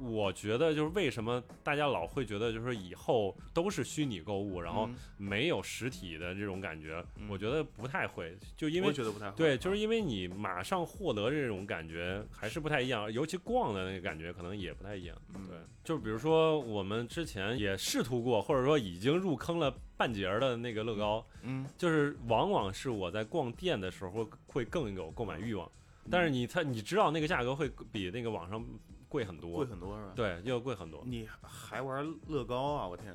A: 我觉得就是为什么大家老会觉得就是说以后都是虚拟购物，然后
B: 嗯
A: 没有实体的这种感觉，
B: 嗯
A: 我觉得不太会，就因
B: 我
A: 为
B: 觉得不太好，
A: 对，就是
B: 啊
A: 因为你马上获得这种感觉还是不太一样，尤其逛的那个感觉可能也不太一样。
B: 嗯
A: 对，就是比如说我们之前也试图过，或者说已经入坑了半截儿的那个乐高，
B: 嗯，
A: 就是往往是我在逛店的时候会更有购买欲望，
B: 嗯
A: 但是你它你知道那个价格会比那个网上贵很
B: 贵
A: 多，
B: 很多是吧？
A: 对，又贵很多。
B: 你还玩乐高啊？我天，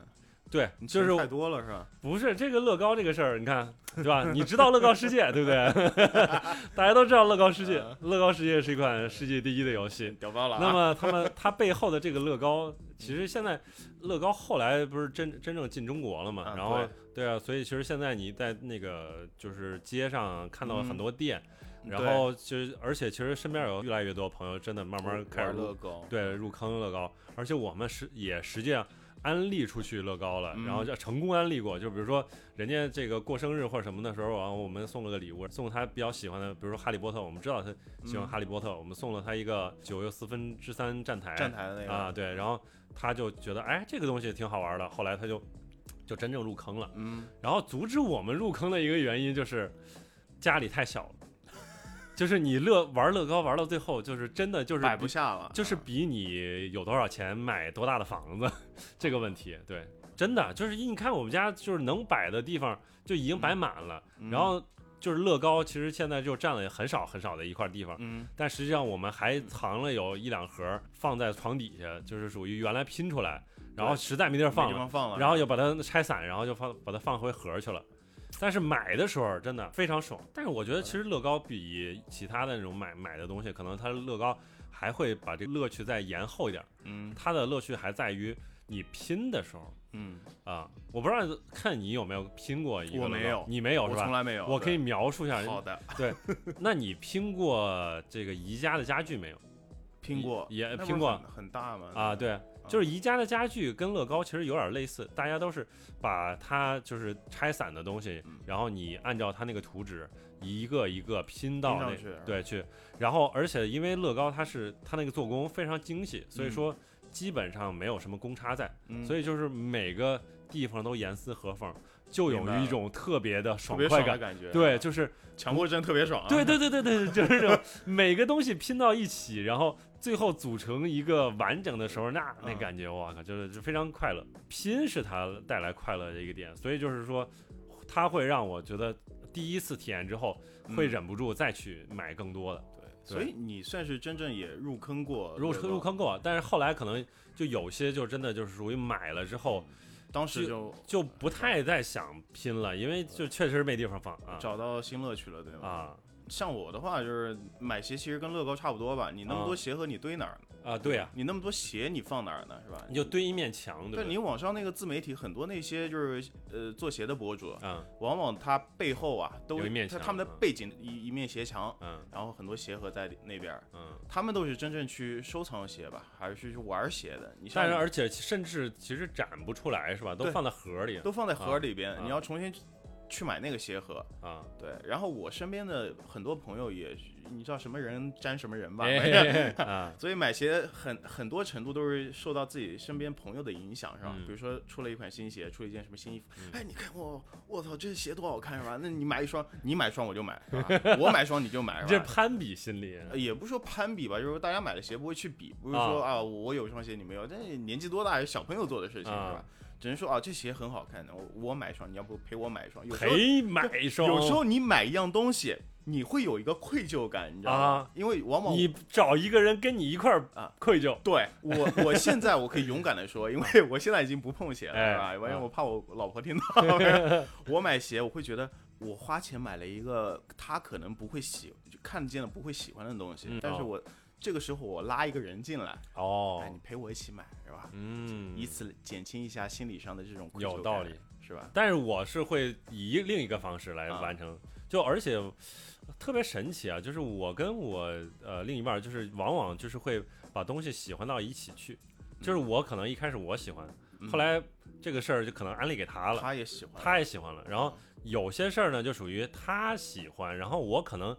A: 对
B: 你，
A: 就
B: 钱太
A: 是
B: 多了是吧？
A: 不是这个乐高这个事儿，你看对吧？你知道乐高世界对不对？ 大家都知道乐高世界，
B: 嗯
A: 乐高世界是一款世界第一的游戏。
B: 屌爆了啊，
A: 那么他们它背后的这个乐 高，其实现在乐高后来不是真真正进中国了嘛？
B: 啊
A: 然后
B: 对
A: 对啊，所以其实现在你在那个就是街上看到了很
B: 嗯
A: 多店，然
B: 对
A: 后其实而且其实身边有越来越多朋友真的慢慢开始
B: 玩乐
A: 入
B: 高，
A: 对入坑乐高，而且我们实也实际上安利出去乐高了，
B: 嗯
A: 然后就成功安利过。就比如说人家这个过生日或者什么的时候，然后我们送了个礼物，送他比较喜欢的，比如说哈利波特，我们知道他喜欢
B: 嗯
A: 哈利波特，我们送了他一个九又四分之三站台
B: 站台的那个
A: 啊，，对，然后他就觉得哎这个东西挺好玩的，后来他就就真正入坑了。
B: 嗯，
A: 然后阻止我们入坑的一个原因就是家里太小了， 就是你乐玩乐高玩到最后，就是真的就是
B: 摆不
A: 比
B: 下了，
A: 就是
B: 啊
A: 比你有多少钱买多大的房子这个问题，对，真的就是一你看我们家就是能摆的地方就已经摆满了，
B: 嗯
A: 然后就是乐高其实现在就占了很少很少的一块地方。
B: 嗯
A: 但实际上我们还藏了有一两盒放在床底下，就是属于原来拼出来，然后实在没地儿放
B: 没地
A: 了，
B: 方放了，
A: 然后又把它拆散，然后就放把它放回盒去了。但是买的时候真的非常爽，但是我觉得其实乐高比其他的那种买买的东西，可能它乐高还会把这个乐趣再延后一点儿，
B: 嗯
A: 它的乐趣还在于你拼的时候
B: 嗯，
A: 啊、我不知道看你有没有拼过一个乐高，
B: 我没有
A: 你没有
B: 我
A: 是
B: 从
A: 吧？
B: 来没有，
A: 我可以
B: 对
A: 描述一下，
B: 好的
A: 那你拼过这个宜家的家具没有？
B: 拼过
A: 也
B: 那不是
A: 拼过
B: 很很大吗？
A: 啊，对，就是宜家的家具跟乐高其实有点类似，大家都是把它就是拆散的东西
B: 嗯，
A: 然后你按照它那个图纸一个一个拼到
B: 拼上
A: 那
B: 去
A: 对去，然后而且因为乐高它是它那个做工非常精细，所以
B: 嗯
A: 说基本上没有什么公差在，
B: 嗯
A: 所以就是每个地方都严丝合缝，就有
B: 明白
A: 一
B: 了
A: 种特别的
B: 特
A: 爽
B: 别
A: 快
B: 爽的
A: 感。
B: 感觉，
A: 对，就是
B: 强迫症特别爽，啊
A: 对，对对对对，就是这种每个东西拼到一起，然后最后组成一个完整的时候，那那
B: 嗯
A: 感觉，我靠，就是就非常快乐。拼是它带来快乐的一个点，所以就是说，它会让我觉得第一次体验之后，会
B: 嗯
A: 忍不住再去买更多的。
B: 对，所以你算是真正也入坑过
A: 入
B: 乐高
A: 入，坑过，啊但是后来可能就有些就真的就是属于买了之后
B: 嗯当时就
A: 就不太再想拼了，因为就确实没地方放啊
B: 找到新乐趣了，对吗？
A: 啊
B: 像我的话，就是买鞋其实跟乐高差不多吧。你那么多鞋盒，你堆哪儿呢？
A: 啊！对呀、啊，
B: 你那么多鞋，你放哪儿呢？是吧？
A: 你就堆一面墙，对
B: 但
A: 不
B: 你
A: 对？
B: 网上那个自媒体很多那些就是呃做鞋的博主，
A: 嗯
B: 往往他背后啊都
A: 有一面
B: 他
A: 墙
B: 他们的
A: 嗯
B: 背景一一面鞋墙，
A: 嗯
B: 然后很多鞋盒在那边儿，
A: 嗯。
B: 他们都是真正去收藏鞋吧，还是去玩鞋的？你像
A: 但是而且甚至其实展不出来是吧？都
B: 对
A: 放在盒里
B: 都放在盒
A: 啊
B: 里边，
A: 啊
B: 你要重新去去买那个鞋盒。
A: 啊。
B: 对，然后我身边的很多朋友也是，你知道什么人沾什么人吧？
A: 哎哎哎 啊，
B: 所以买鞋很很多程度都是受到自己身边朋友的影响，是吧？
A: 嗯
B: 比如说出了一款新鞋，出了一件什么新衣服，
A: 嗯
B: 哎，你看我，我操，这鞋多好看是吧？那你买一双，你买一双我就买，是吧我买一双你就买，
A: 你
B: 是
A: 这
B: 吧？
A: 攀比心理
B: 呃也不是说攀比吧，就是说大家买的鞋不会去比，不是说啊我有一双鞋你没有，这年纪多大是小朋友做的事情、
A: 啊
B: 是吧？只能说啊这鞋很好看，我我买一双，你要不陪我买一双？有时候
A: 陪买一双，
B: 有时候你买一样东西，你会有一个愧疚感，你知道吗？
A: 啊
B: 因为往往
A: 你找一个人跟你一块儿
B: 啊
A: 愧疚，
B: 对 我，我现在我可以勇敢的说，因为我现在已经不碰鞋了，
A: 哎
B: 是吧？因为
A: 啊
B: 我怕我老婆听到。 我买鞋，我会觉得我花钱买了一个她可能不会喜，就看见了不会喜欢的东西，
A: 嗯
B: 但是
A: 哦
B: 我、这个时候我拉一个人进来，哎，
A: 哦
B: 你，陪我一起买，是吧？以
A: 嗯，
B: 此减轻一下心理上的这种愧疚
A: 有道
B: 感
A: 理，
B: 是吧？
A: 但是我是会以另一个方式来
B: 啊
A: 完成，就而且特别神奇啊，就是我跟我呃另一半儿就是往往就是会把东西喜欢到一起去，就是我可能一开始我喜欢，
B: 嗯
A: 后来这个事儿就可能安利给他了。
B: 她也喜欢，
A: 他也喜欢了，然后有些事儿呢，就属于他喜欢，然后我可能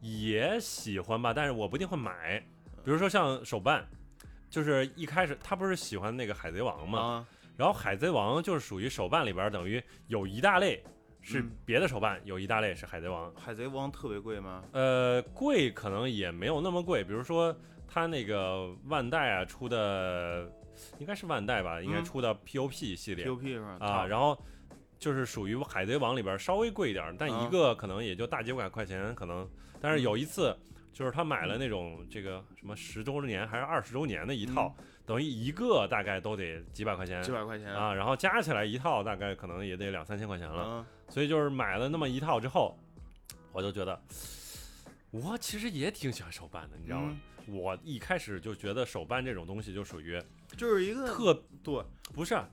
A: 也喜欢吧，但是我不一定会买。比如说像手办，就是一开始他不是喜欢那个海贼王嘛，
B: 啊，
A: 然后海贼王就是属于手办里边儿，等于有一大类是
B: 嗯
A: 别的手办，有一大类是海贼王。
B: 海贼王特别贵吗？
A: 呃，贵可能也没有那么贵，比如说他那个万代啊出的，应该是万代吧，应该
B: 嗯
A: 出的 POP 系列。
B: POP 是吧？
A: 啊，然后就是属于海贼王里边稍微贵一点儿，但
B: 啊嗯
A: 一个可能也就大几百块钱，可能。但是有一次，就是他买了那种这个什么十周年还是二十周年的一套，等于一个大概都得几百块钱
B: 嗯几百块钱，
A: 啊，然后加起来一套大概可能也得两三千块钱了。
B: 嗯，
A: 所以就是买了那么一套之后，我就觉得。我其实也挺喜欢手办的，你知道吗？
B: 嗯
A: 我一开始就觉得手办这种东西就属于
B: 嗯就是一个
A: 特
B: 对
A: 不是啊，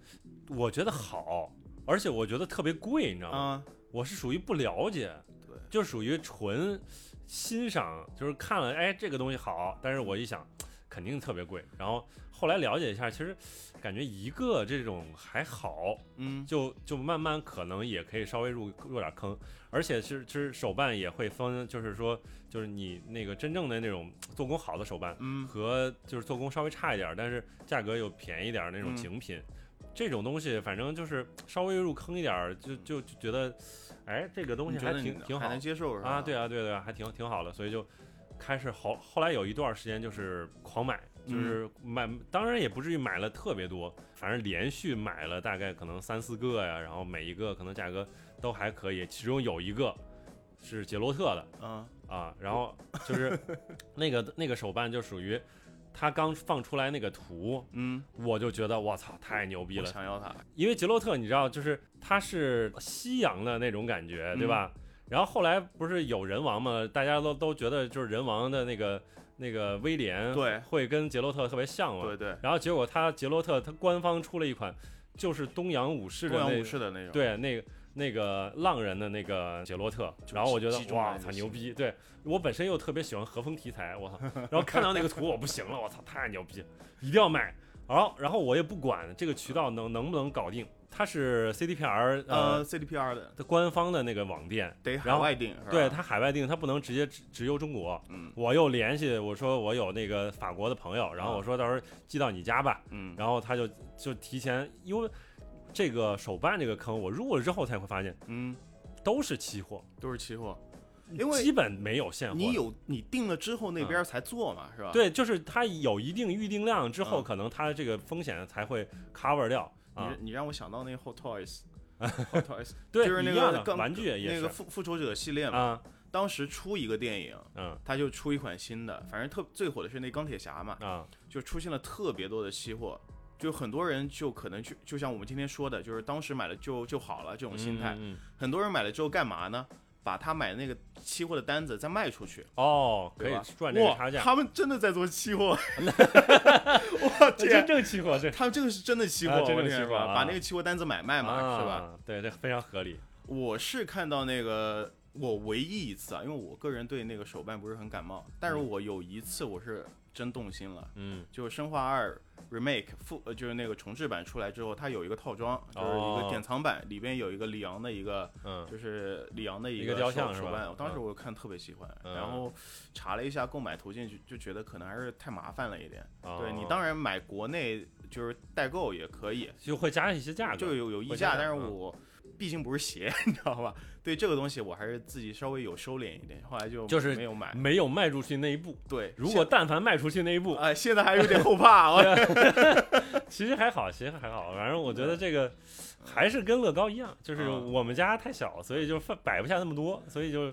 A: 我觉得好，而且我觉得特别贵，你知道吗？
B: 啊，
A: 我是属于不了解，
B: 对，
A: 就属于纯欣赏，就是看了，哎，这个东西好，但是我一想，肯定特别贵。然后后来了解一下，其实感觉一个这种还好，
B: 嗯，
A: 就就慢慢可能也可以稍微入入点坑，而且其实其实手办也会分，就是说就是你那个真正的那种做工好的手办
B: 嗯，
A: 和就是做工稍微差一点，但是价格又便宜点儿那种
B: 嗯
A: 精品，这种东西反正就是稍微入坑一点儿，就就就觉得，哎，这个东西
B: 你觉
A: 还
B: 得你
A: 挺挺
B: 还
A: 好
B: 能接受是吧？
A: 啊，对啊，对啊对啊，还挺挺好的，所以就开始好，后来有一段时间就是狂买，就是
B: 嗯
A: 买，当然也不至于买了特别多，反正连续买了大概可能三四个呀，然后每一个可能价格都还可以，其中有一个是杰洛特的，
B: 嗯，
A: 啊，然后就是 那个那个手办就属于他刚放出来那个图，
B: 嗯
A: 我就觉得我操太牛逼
B: 我
A: 了，
B: 想要它，
A: 因为杰洛特你知道就是他是西洋的那种感觉，对吧？
B: 嗯
A: 然后后来不是有人王嘛，大家都都觉得就是人王的那个那个威廉
B: 对
A: 会跟杰洛特特别像嘛，
B: 对对，
A: 然后结果他杰洛特他官方出了一款就是东洋武士
B: 东
A: 的
B: 洋
A: 那
B: 武士的那种，，
A: 对，那个那个浪人的那个杰洛特，然后我觉
B: 击
A: 得
B: 中了
A: 哇
B: 就
A: 操
B: 行
A: 牛逼！对我本身又特别喜欢和风题材，我操，然后看到那个图我不行了，我操太牛逼，一定要买。然后然后我也不管这个渠道能能不能搞定，它是 CDPR 呃
B: 呃，CDPR 的，
A: 的官方的那个网店，
B: 得海
A: 然后
B: 外订是吧？
A: 对，它海外订，它不能直接直直邮中国。
B: 嗯
A: 我又联系我说我有那个法国的朋友，然后我说到时候寄到你家吧，
B: 嗯，
A: 然后他就就提前，因为这个手办这个坑，我入了之后才会发现。
B: 嗯，
A: 都是期货，
B: 都是期货，因为
A: 基本没有现货。
B: 你有你定了之后那边才做嘛，是吧？，
A: 嗯对，就是它有一定预定量之后，
B: 嗯
A: 可能它这个风险才会 cover 掉啊。
B: 你你让我想到那个 Hot Toys，Hot Toys
A: 对，
B: 就是那
A: 一样
B: 个
A: 的
B: 刚
A: 玩具也
B: 那
A: 是
B: 个复复仇者系列嘛，
A: 啊，
B: 当时出一个电影，
A: 嗯
B: 他就出一款新的，反正特最火的是那钢铁侠嘛，
A: 啊，
B: 就出现了特别多的期货。就很多人就可能去，就像我们今天说的，就是当时买了就就好了这种心
A: 嗯
B: 态。
A: 嗯嗯
B: 很多人买了之后干嘛呢？把他买的那个期货的单子再卖出去，
A: 哦，可
B: 对
A: 以
B: 吧
A: 赚这个
B: 哇
A: 差价。
B: 他们真的在做期货， 我
A: 真
B: 天，
A: 正期货这
B: 他们这个是真的期货，
A: 啊真
B: 我
A: 的
B: 天
A: 期
B: 是
A: 货
B: 吧？
A: 啊
B: 把那个期货单子买卖嘛，
A: 啊
B: 是吧？？
A: 对，这非常合理。
B: 我是看到那个。我唯一一次啊，因为我个人对那个手办不是很感冒，但是我有一次我是真动心了，
A: 嗯，
B: 就是《生化二 Remake》复，呃就是那个重制版出来之后，它有一个套装，就是一
A: 哦
B: 个典藏版，里边有一个里昂的一个，
A: 嗯
B: 就是里昂的一
A: 一个雕
B: 手
A: 像是
B: 手
A: 吧
B: 办。我当时
A: 嗯
B: 我看特别喜欢，
A: 嗯
B: 然后查了一下购买途径，就就觉得可能还是太麻烦了一点。
A: 哦
B: 对你当然买国内就是代购也可以，
A: 就会加一些价格，
B: 就有有溢
A: 会加
B: 价，
A: 价
B: 但是
A: 嗯
B: 我毕竟不是鞋， 你知道吧？对这个东西我还是自己稍微有收敛一点，后来就
A: 就是
B: 没有买。
A: 没有迈出去那一步。
B: 对，
A: 如果啊但凡迈出去那一步，
B: 啊、现在还有点后怕，啊我
A: 其实还好，其实还好，反正我觉得这个还是跟乐高一样，就是
B: 嗯
A: 我们家太小，所以就放摆不下那么多，所以就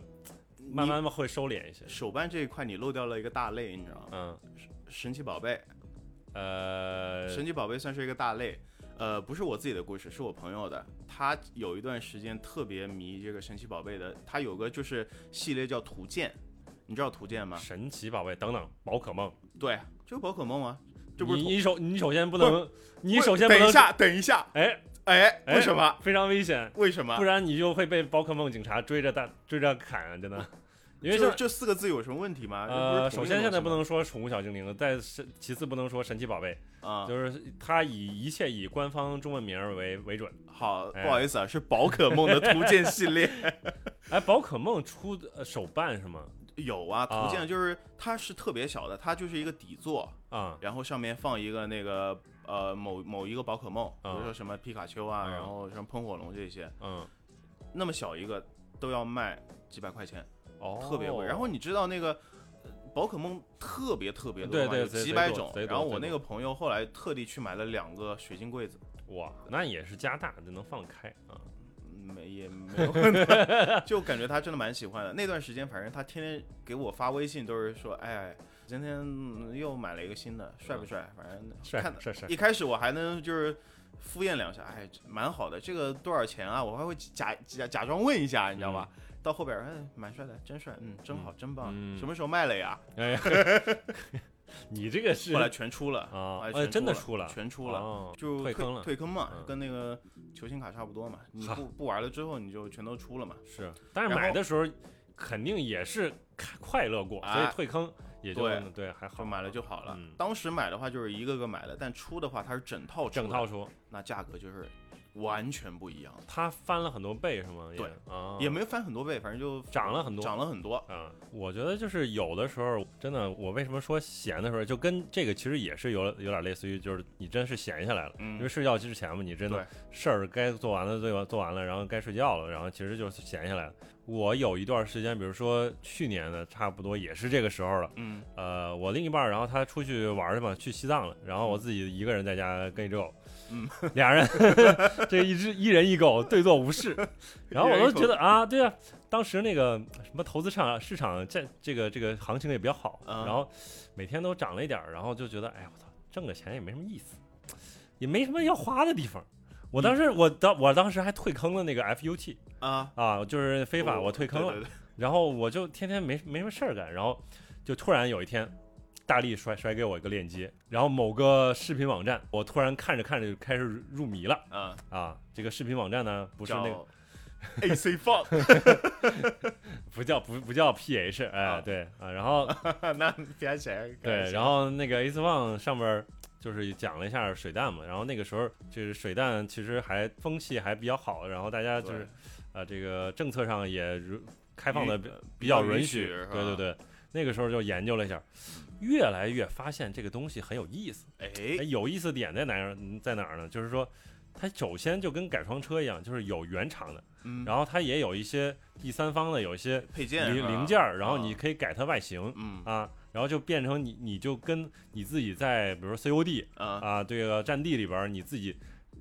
A: 慢慢会收敛一些。
B: 手办这一块你漏掉了一个大类，你知道吗？
A: 嗯，
B: 神奇宝贝，
A: 呃，
B: 神奇宝贝算是一个大类。呃，不是我自己的故事，是我朋友的。他有一段时间特别迷这个神奇宝贝的，他有个就是系列叫图鉴，你知道图鉴吗？
A: 神奇宝贝等等，宝可梦，
B: 对，就是宝可梦吗？这不是
A: 你
B: 图
A: 你首你首先不
B: 不是
A: 能，你首先不
B: 等
A: 能
B: 一，下，等一下，
A: 哎，
B: 哎，
A: 哎
B: 为什么？
A: 非常危险，
B: 为什么
A: 不？然你就会被宝可梦警察追着大追着砍啊，真的。因为
B: 就
A: 像
B: 这四个字有什么问题吗？
A: 呃，首先现在不
B: 能
A: 能说宠物小精灵了，再是其次不能说神奇宝贝，
B: 啊、
A: 就是它以一切以官方中文名儿为为准。
B: 好，
A: 哎
B: 不好意思啊，是宝可梦的图鉴系列
A: 哎，宝可梦出的呃手办是吗？
B: 有啊，
A: 啊
B: 图鉴就是它是特别小的，它就是一个底座，
A: 啊，
B: 然后上面放一个那个呃某某一个宝可梦，比
A: 啊
B: 如说什么皮卡丘啊，
A: 啊
B: 然后什么喷火龙这些，
A: 嗯，
B: 那么小一个都要卖几百块钱，
A: 哦
B: 特别贵。然后你知道那个。呃宝可梦特别特别多
A: 对
B: 嘛，
A: 对
B: 有
A: 贼
B: 几
A: 贼
B: 百
A: 多
B: 种
A: 贼。多
B: 然后
A: 贼
B: 我那
A: 多
B: 个朋友后来特地去买了两个水晶柜子，
A: 哇，那也是加大就能放开啊。
B: 没也没有， 就感觉他真的蛮喜欢的。那段时间，反正他天天给我发微信，都是说：“哎，今天又买了一个新的，帅不帅？”反正
A: 帅
B: 看
A: 帅帅
B: 一开始我还能就是敷衍两下，哎，蛮好的，这个多少钱啊？我还会假假假装问一下，你知道吧？到后边，哎，蛮帅的，真帅，嗯，真好，真棒，
A: 嗯
B: 什么时候卖了呀？
A: 哎，你这个是
B: 后来全出了，
A: 啊，
B: 后来
A: 哎，
B: 全
A: 真的
B: 出
A: 出了，
B: 全出了。
A: 哦
B: 就
A: 退坑了
B: 退坑嘛，
A: 嗯
B: 跟那个球星卡差不多嘛。你
A: 哈
B: 不不玩了之后，你就全都出了嘛。
A: 是，但是
B: 然
A: 买
B: 后
A: 的时候肯定也是开快乐过，所以
B: 哎
A: 退坑也就
B: 对
A: 对还好
B: 就买了就好了
A: 嗯。
B: 当时买的话就是一个个买的，但出的话它是整套出的
A: 整套，书，
B: 那价格就是完全不一样了，
A: 它翻了很多倍是吗？也
B: 对
A: 啊，
B: 也没翻很多倍，反正就
A: 涨了很多
B: 涨了很多。
A: 啊，我觉得就是有的时候，真的，我为什么说闲的时候，就跟这个其实也是有有点类似于，就是你真是闲下来了，
B: 嗯
A: 因为睡觉之前嘛，你真的
B: 对
A: 事儿该做完了，做完做完了，然后该睡觉了，然后其实就是闲下来了。我有一段时间，比如说去年的，差不多也是这个时候了。
B: 嗯，
A: 呃，我另一半儿，然后他出去玩儿去嘛，去西藏了，然后我自己一个人在家跟一只狗，
B: 嗯，
A: 俩人这一只一人一狗对坐无视，然后我都觉得啊，对啊，当时那个什么投资市场市场这这个这个行情也比较好，
B: 嗯
A: 然后每天都涨了一点儿，然后就觉得哎呀我操，挣个钱也没什么意思，也没什么要花的地方。我
B: 嗯
A: 当时我当我当时还退坑了那个 FUT
B: 啊，
A: 啊，就是非法
B: 哦
A: 我退坑了，
B: 对对对
A: 然后我就天天没没什么事儿干，然后就突然有一天，大力甩甩给我一个链接，然后某个视频网站，我突然看着看着就开始入迷了
B: 嗯，
A: 啊！这个视频网站呢，不
B: 不
A: 是那个
B: AC 放，
A: 不叫不不叫 PH，哎、
B: 啊
A: 对啊，然后
B: 那加起来
A: 对，然
B: 后
A: 后那个 Ace One 上面儿就是讲了一下水弹嘛，然后那个时候就是水弹其实还风气还比较好，然后大家就是呃这个政策上也如开放的
B: 允
A: 比较
B: 比较
A: 允
B: 呃允
A: 许
B: 许是，吧
A: 对对对。那个时候就研究了一下，越来越发现这个东西很有意思。哎，
B: 哎，
A: 有意思点在哪儿？嗯在哪儿呢？就是说，它首先就跟改装车一样，就是有原厂的，
B: 嗯，
A: 然后它也有一些第三方的，有一些
B: 配件是
A: 零
B: 吧
A: 零件儿，然后
B: 啊
A: 你可以改它外形，
B: 嗯
A: 啊，然后就变成你你就跟你自己在比如说 COD
B: 啊，
A: 啊这个战地里边儿你自己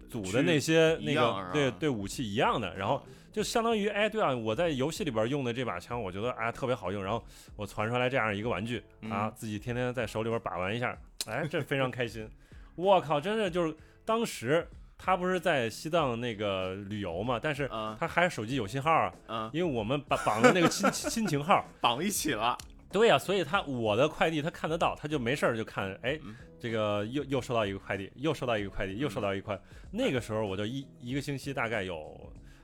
A: 组
B: 去
A: 的那些
B: 一
A: 那
B: 样是
A: 个
B: 吧
A: 对对武器一样的，然后就相当于哎对啊，我在游戏里边用的这把枪，我觉得啊特别好用，然后我传出来这样一个玩具啊，
B: 嗯
A: 自己天天在手里边把玩一下，哎这非常开心，我靠，真的就是当时。他不是在西藏那个旅游嘛，但是
B: 啊
A: 他还手机有信号啊，
B: 啊，
A: 因为我们绑绑了那个亲 亲情号，
B: 绑一起了，
A: 对呀、所以他我的快递他看得到，他就没事儿就看，哎
B: 嗯，
A: 这个又又收到一个快递，又收到一个快递，又收到一个快。那个时候我就一一个星期大概有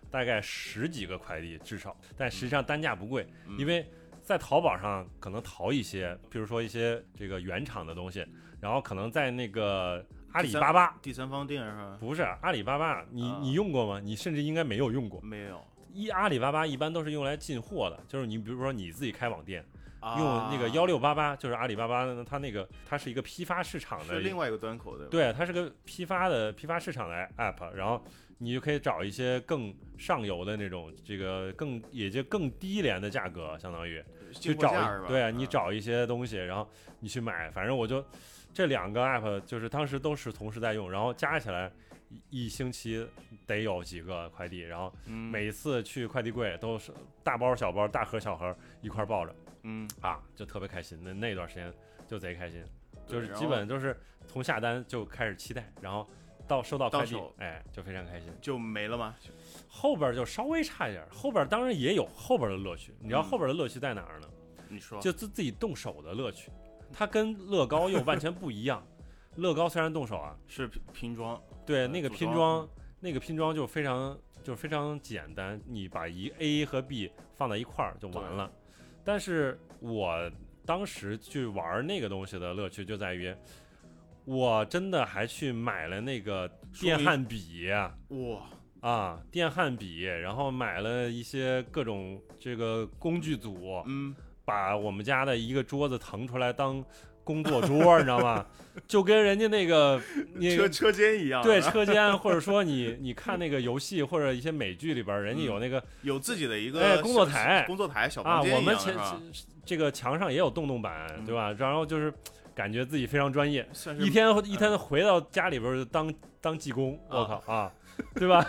A: 大概十几个快递至少，但实际上单价不贵，
B: 嗯
A: 因为在淘宝上可能淘一些，比如说一些这个原厂的东西，然后可能在那个阿里巴巴。
B: 第三方店是吧？
A: 不是阿里巴巴，你
B: 啊
A: 你用过吗？你甚至应该没有用过。
B: 没有，
A: 一阿里巴巴一般都是用来进货的，就是你比如说你自己开网店，
B: 啊
A: 用那个幺六八八，就是阿里巴巴的，它那个它是一个批发市场的
B: 是，另外一个端口的，，
A: 对，它是个批发的批发市场的 app，然后你就可以找一些更上游的那种，这个更也就更低廉的价格，相当于去
B: 进货
A: 找
B: 价是吧？
A: 一，对啊，你
B: 嗯
A: 找一些东西，然后你去买，反正我就这两个 app 就是当时都是同时在用，然后加起来一一星期得有几个快递，然后
B: 嗯
A: 每次去快递柜都是大包小包、大盒小盒一块儿抱着。
B: 嗯
A: 啊，就特别开心。那那段时间就贼开心，
B: 对
A: 就是
B: 然
A: 基
B: 后
A: 本就是从下单就开始期待，然后到收到
B: 到
A: 快递
B: 手，
A: 哎，就非常开心。
B: 就没了吗？
A: 后边就稍微差一点儿，后边当然也有后边的乐趣。你知道
B: 嗯
A: 后边的乐趣在哪儿呢？
B: 你说
A: 就自自己动手的乐趣，它跟乐高又完全不一样。乐高虽然动手啊，
B: 是拼拼装，
A: 对，
B: 呃
A: 那个
B: 组
A: 拼
B: 装
A: 装，那个拼装就非常就非常简单，你把一 A 和 B 放在一块儿就完
B: 对
A: 了。但是我当时去玩那个东西的乐趣就在于，我真的还去买了那个
B: 说
A: 电
B: 明
A: 焊笔
B: 哇，
A: 啊，电焊笔，然后买了一些各种这个工具组，
B: 嗯，
A: 把我们家的一个桌子腾出来当工作桌，你知道吗？就跟人家那 个那个
B: 车车间一样，
A: 对，车间，或者说你你看那个游戏或者一些美剧里边儿，人家有那个、
B: 有自己的一个
A: 哎
B: 小
A: 工作台
B: 工作台小
A: 啊，
B: 嗯房间
A: 我
B: 一
A: 们
B: 样
A: 前
B: 是吧
A: 这个墙上也有洞洞板，对吧？然后就是感觉自己非常专业，
B: 算是嗯
A: 一天一天回到家里边儿就当当技工，我靠啊，对吧？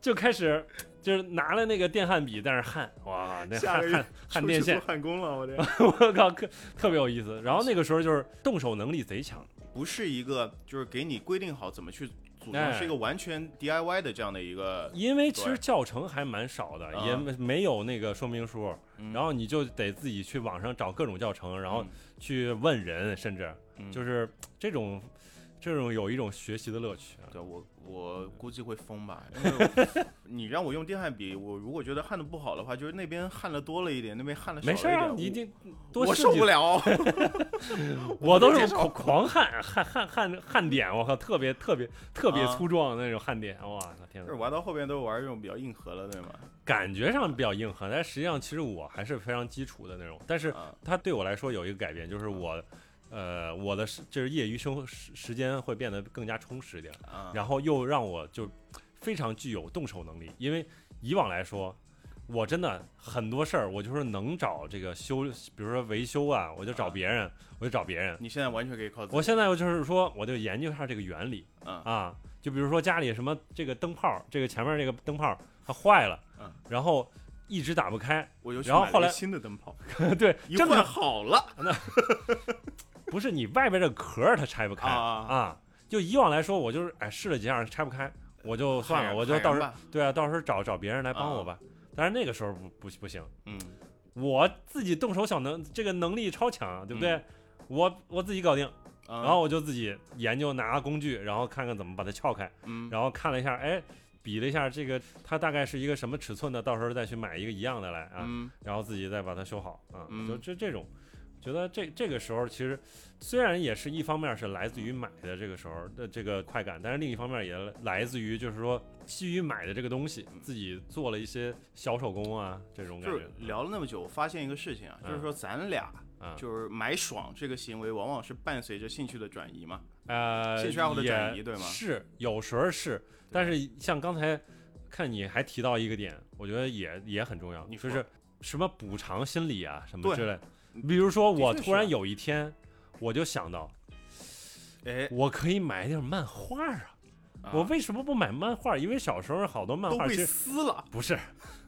A: 就开始就是拿了那个电焊笔在那儿焊，哇，那
B: 下
A: 焊
B: 个月
A: 焊 焊电线，
B: 焊工了，我这
A: 我靠，特特别有意思。然后那个时候就是动手能力贼强，
B: 不是一个就是给你规定好怎么去组装，
A: 哎
B: 是一个完全 DIY 的这样的一个，
A: 因为其实
B: 对
A: 教程还蛮少的，
B: 啊
A: 也没没有那个说明书，
B: 嗯
A: 然后你就得自己去网上找各种教程，然后
B: 嗯
A: 去问人，甚至
B: 嗯
A: 就是这种这种有一种学习的乐趣啊。
B: 对我，我估计会疯吧，因为 我你让我用电焊笔，我如果觉得焊的不好的话，就是那边焊的多了一点，那边焊的少了
A: 没
B: 一
A: 事儿啊
B: 点，，
A: 你一定多
B: 我我
A: 试
B: 受
A: 几
B: 不了，
A: 我都是
B: 接受
A: 狂狂焊焊焊焊焊点，我靠，特别特别特别
B: 啊
A: 粗壮的那种焊点，哇，我天
B: 就
A: 哪
B: 是！ 玩到后边都玩这种比较硬核了，对吗？
A: 感觉上比较硬核，但实际上其实我还是非常基础的那种。但是
B: 啊，
A: 它对我来说有一个改变，就是我，呃，我的时就是业余生活时时间会变得更加充实一点，
B: 啊
A: 然后又让我就非常具有动手能力，因为以往来说。我真的很多事儿，我就是能找这个修，比如说维修啊，我就找
B: 啊
A: 别人，我就找别人。
B: 你现在完全可以靠自己，
A: 我现在就是说，我就研究一下这个原理
B: 嗯
A: 啊，就比如说家里什么这个灯泡，这个前面这个灯
B: 啊
A: 泡它坏了
B: 嗯，
A: 然后一直打不开，
B: 我又去
A: 然后
B: 买了
A: 后
B: 个
A: 来
B: 新的灯泡，
A: 对，
B: 一
A: 真
B: 换
A: 的
B: 好了
A: 不是你外边这个壳儿它拆不开
B: 啊，
A: 啊。就以往来说，我就是哎试了几样拆不开，我就算
B: 害
A: 了，
B: 人
A: 我就到时候
B: 害人吧
A: 对啊，到时候找找别人来帮我
B: 啊
A: 吧。但是那个时候不不不行，
B: 嗯，
A: 我自己动手小能这个能力超强，对不
B: 嗯
A: 对？我我自己搞定，
B: 然
A: 然后我就自己研究拿工具，然后看看怎么把它撬开。
B: 嗯，
A: 然后看了一下，哎，比了一下这个它大概是一个什么尺寸的，到时候再去买一个一样的来啊，
B: 嗯
A: 然后自己再把它修好啊，
B: 嗯
A: 就这这种。觉得这这个时候其实虽然也是一方面是来自于买的这个时候呃的这个快感，但是另一方面也来自于就是说基于买的这个东西，自己做了一些小手工啊这种感
B: 嗯就
A: 觉嗯
B: 是。聊了那么久，我发现一个事情啊，就是说咱俩
A: 啊
B: 就是买爽这个行为，往往是伴随着兴趣的转移嘛。
A: 呃，
B: 兴趣爱好的
A: 也
B: 转移对吗
A: 是，有时候是，但是像刚才看你还提到一个点，我觉得也也很重要，
B: 你
A: 就
B: 说
A: 是什么补偿心理啊什么
B: 对
A: 之类。比如说，
B: 的
A: 我
B: 确
A: 突
B: 是
A: 然
B: 啊
A: 有一天，我就想到，
B: 哎，
A: 我可以买点漫画啊！
B: 啊
A: 我为什么不买漫画？因为小时候好多漫
B: 都
A: 画
B: 被
A: 其实
B: 撕了，
A: 不是，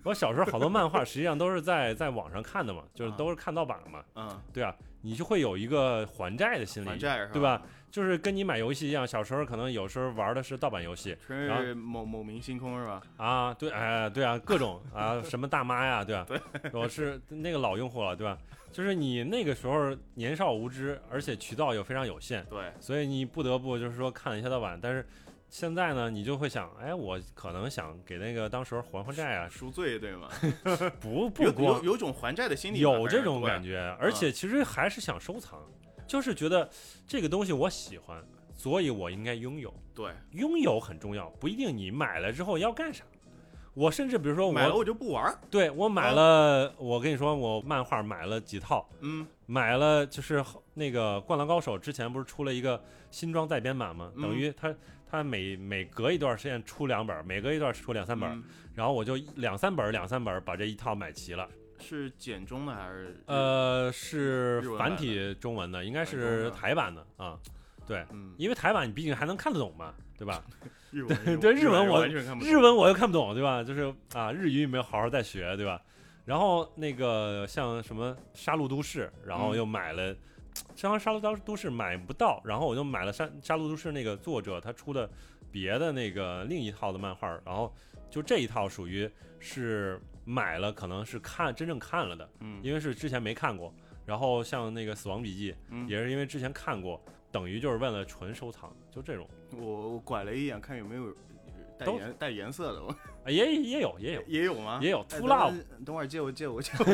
A: 我小时候好多漫画实际上都是在在网上看的嘛，就是
B: 啊
A: 都是看盗版嘛，
B: 嗯，
A: 对啊，你就会有一个还债的心
B: 还
A: 理，
B: 债是吧？
A: 对吧？就是跟你买游戏一样，小时候可能有时候玩的是盗版游戏
B: 全
A: 然
B: 是某某明星空是吧？
A: 啊，对，哎、对啊，各种啊，什么大妈呀，对吧、我是那个老用户了，对吧？就是你那个时候年少无知，而且渠道又非常有限，
B: 对，
A: 所以你不得不就是说看一下盗版，但是。现在呢，你就会想，哎，我可能想给那个当时候还还债啊，
B: 哎赎罪对吗？
A: 不
B: 有
A: 不光
B: 有有种还债的心理吧，
A: 有这种感
B: 觉。
A: 觉，而且其实还是想收藏，就是觉得这个东西我喜欢，所以我应该拥有。
B: 对，
A: 拥有很重要，不一定你买了之后要干啥。我甚至比如说
B: 买了
A: 我，
B: 我就不玩儿。
A: 对我买了，我跟你说，我漫画买了几套，
B: 嗯，
A: 买了就是那个《灌篮高手》之前不是出了一个新装再编版吗？
B: 嗯
A: 等于它它每每隔一段时间出两本，每隔一段出两三本，
B: 嗯
A: 然后我就两三本两三本把这一套买齐了。
B: 是简中的还是？
A: 呃，是
B: 嗯日文版
A: 繁
B: 的
A: 体中文的，应该
B: 繁体
A: 是
B: 中文
A: 台版的啊。对，
B: 嗯，
A: 因为台版你毕竟还能看得懂嘛，对吧？
B: 日文
A: 对日文我
B: 完全看不懂。
A: 日文我又看不懂，对吧？就是啊，日语也没有好好再学，对吧？然后那个像什么《杀戮都市》，然后又买了，像《杀戮都市》买不到，然后我就买了《杀杀戮都市》那个作者他出的别的那个另一套的漫画，然后就这一套属于是买了，可能是看真正看了的，
B: 嗯
A: 因为是之前没看过。然后像那个《死亡笔记》
B: 嗯
A: 也是因为之前看过，等于就是为了纯收藏，就这种
B: 我我拐了一眼看有没有带
A: 都
B: 颜带颜色的，我
A: 啊，也也有也有
B: 也有吗？
A: 也有
B: 哎
A: Too Love。
B: 等会儿等会儿借我借我借我。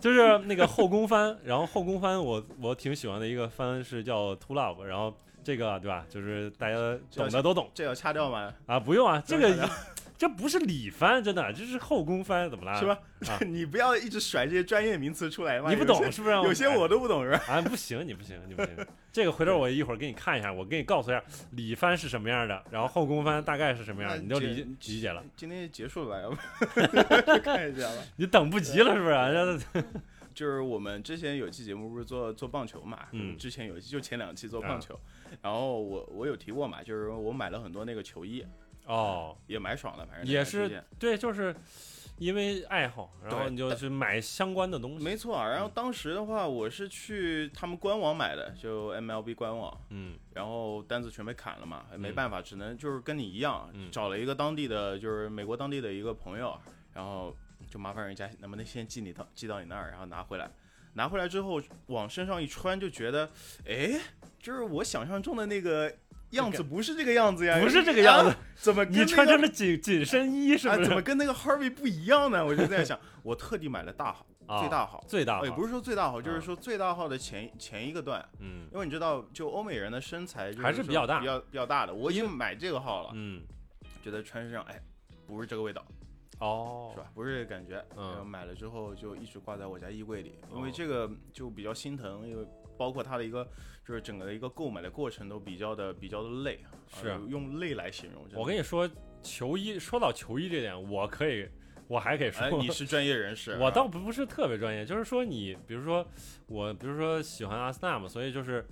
A: 就是那个后宫番，然后后宫番我我挺喜欢的一个番是叫《To Love》，然后这个对吧？就是大家懂的都懂
B: 这要掐掉吗？
A: 啊，不 用啊，这
B: 这
A: 个这不是里番，真的，这是后宫番，怎么啦？
B: 是？吧？
A: 啊
B: 你不要一直甩这些专业名词出来嘛，
A: 你不
B: 有
A: 懂
B: 些，
A: 是不是？
B: 有些我都不懂是吧？
A: 啊，不行，你不行，你不行。这个回头我一会儿给你看一下，我给你告诉一下里番是什么样的，然后后宫番大概是什么样，
B: 那
A: 你就
B: 这
A: 理解理解了。
B: 今天就结束了吧，要 不看一下吧。
A: 你等不及了是不是啊？让他
B: 就是我们之前有期节目不是做做棒球嘛，
A: 嗯啊
B: 之前有一期就前两期做棒球，然后我我有提过嘛，就是我买了很多那个球衣，
A: 哦，
B: 也买爽了，反正
A: 也
B: 那段时
A: 是
B: 间
A: 对，就是因为爱好，然后
B: 对
A: 你就去买相关的东西。
B: 没错。然后当时的话，我是去他们官网买的，就 MLB 官网，
A: 嗯
B: 然后单子全被砍了嘛，没
A: 嗯
B: 办法，只能就是跟你一样，
A: 嗯
B: 找了一个当地的，就是美国当地的一个朋友，然后就麻烦人家能不能先寄你到寄到你那儿，然后拿回来。拿回来之后往身上一穿，就觉得，哎，就是我想象中的那个样子不是这个样子呀，
A: 不是这个样子
B: 啊，怎么跟
A: 你
B: 那
A: 穿
B: 个
A: 成了紧紧身衣是
B: 啊
A: 不
B: 怎
A: 是？
B: 么跟那个 Harvey 不一样呢？我就在想，我特地买了大号，
A: 啊
B: 最大号，
A: 最大
B: 哦也
A: 号
B: 不是说最大号，就
A: 啊
B: 是说最大号的前前一个段，
A: 嗯
B: 因为你知道，就欧美人的身材就
A: 还是
B: 是
A: 比较
B: 说
A: 大
B: 比较比较大的。我已经买这个号了，
A: 嗯
B: 觉得穿身上，哎，不是这个味道，
A: 哦
B: 是吧？不是这个感觉。
A: 嗯
B: 然后买了之后就一直挂在我家衣柜里，因
A: 哦
B: 为这个就比较心疼，因为包括它的一个就是整个的一个购买的过程都比较的比较的累，啊
A: 是啊
B: 用累来形容。真的
A: 我跟你说，球衣说到球衣这点，我可以，我还可以说，，
B: 哎，你是专业人士
A: 我
B: 啊
A: 倒不是特别专业，就是说你，比如说我，比如说喜欢阿森纳嘛，所以就是，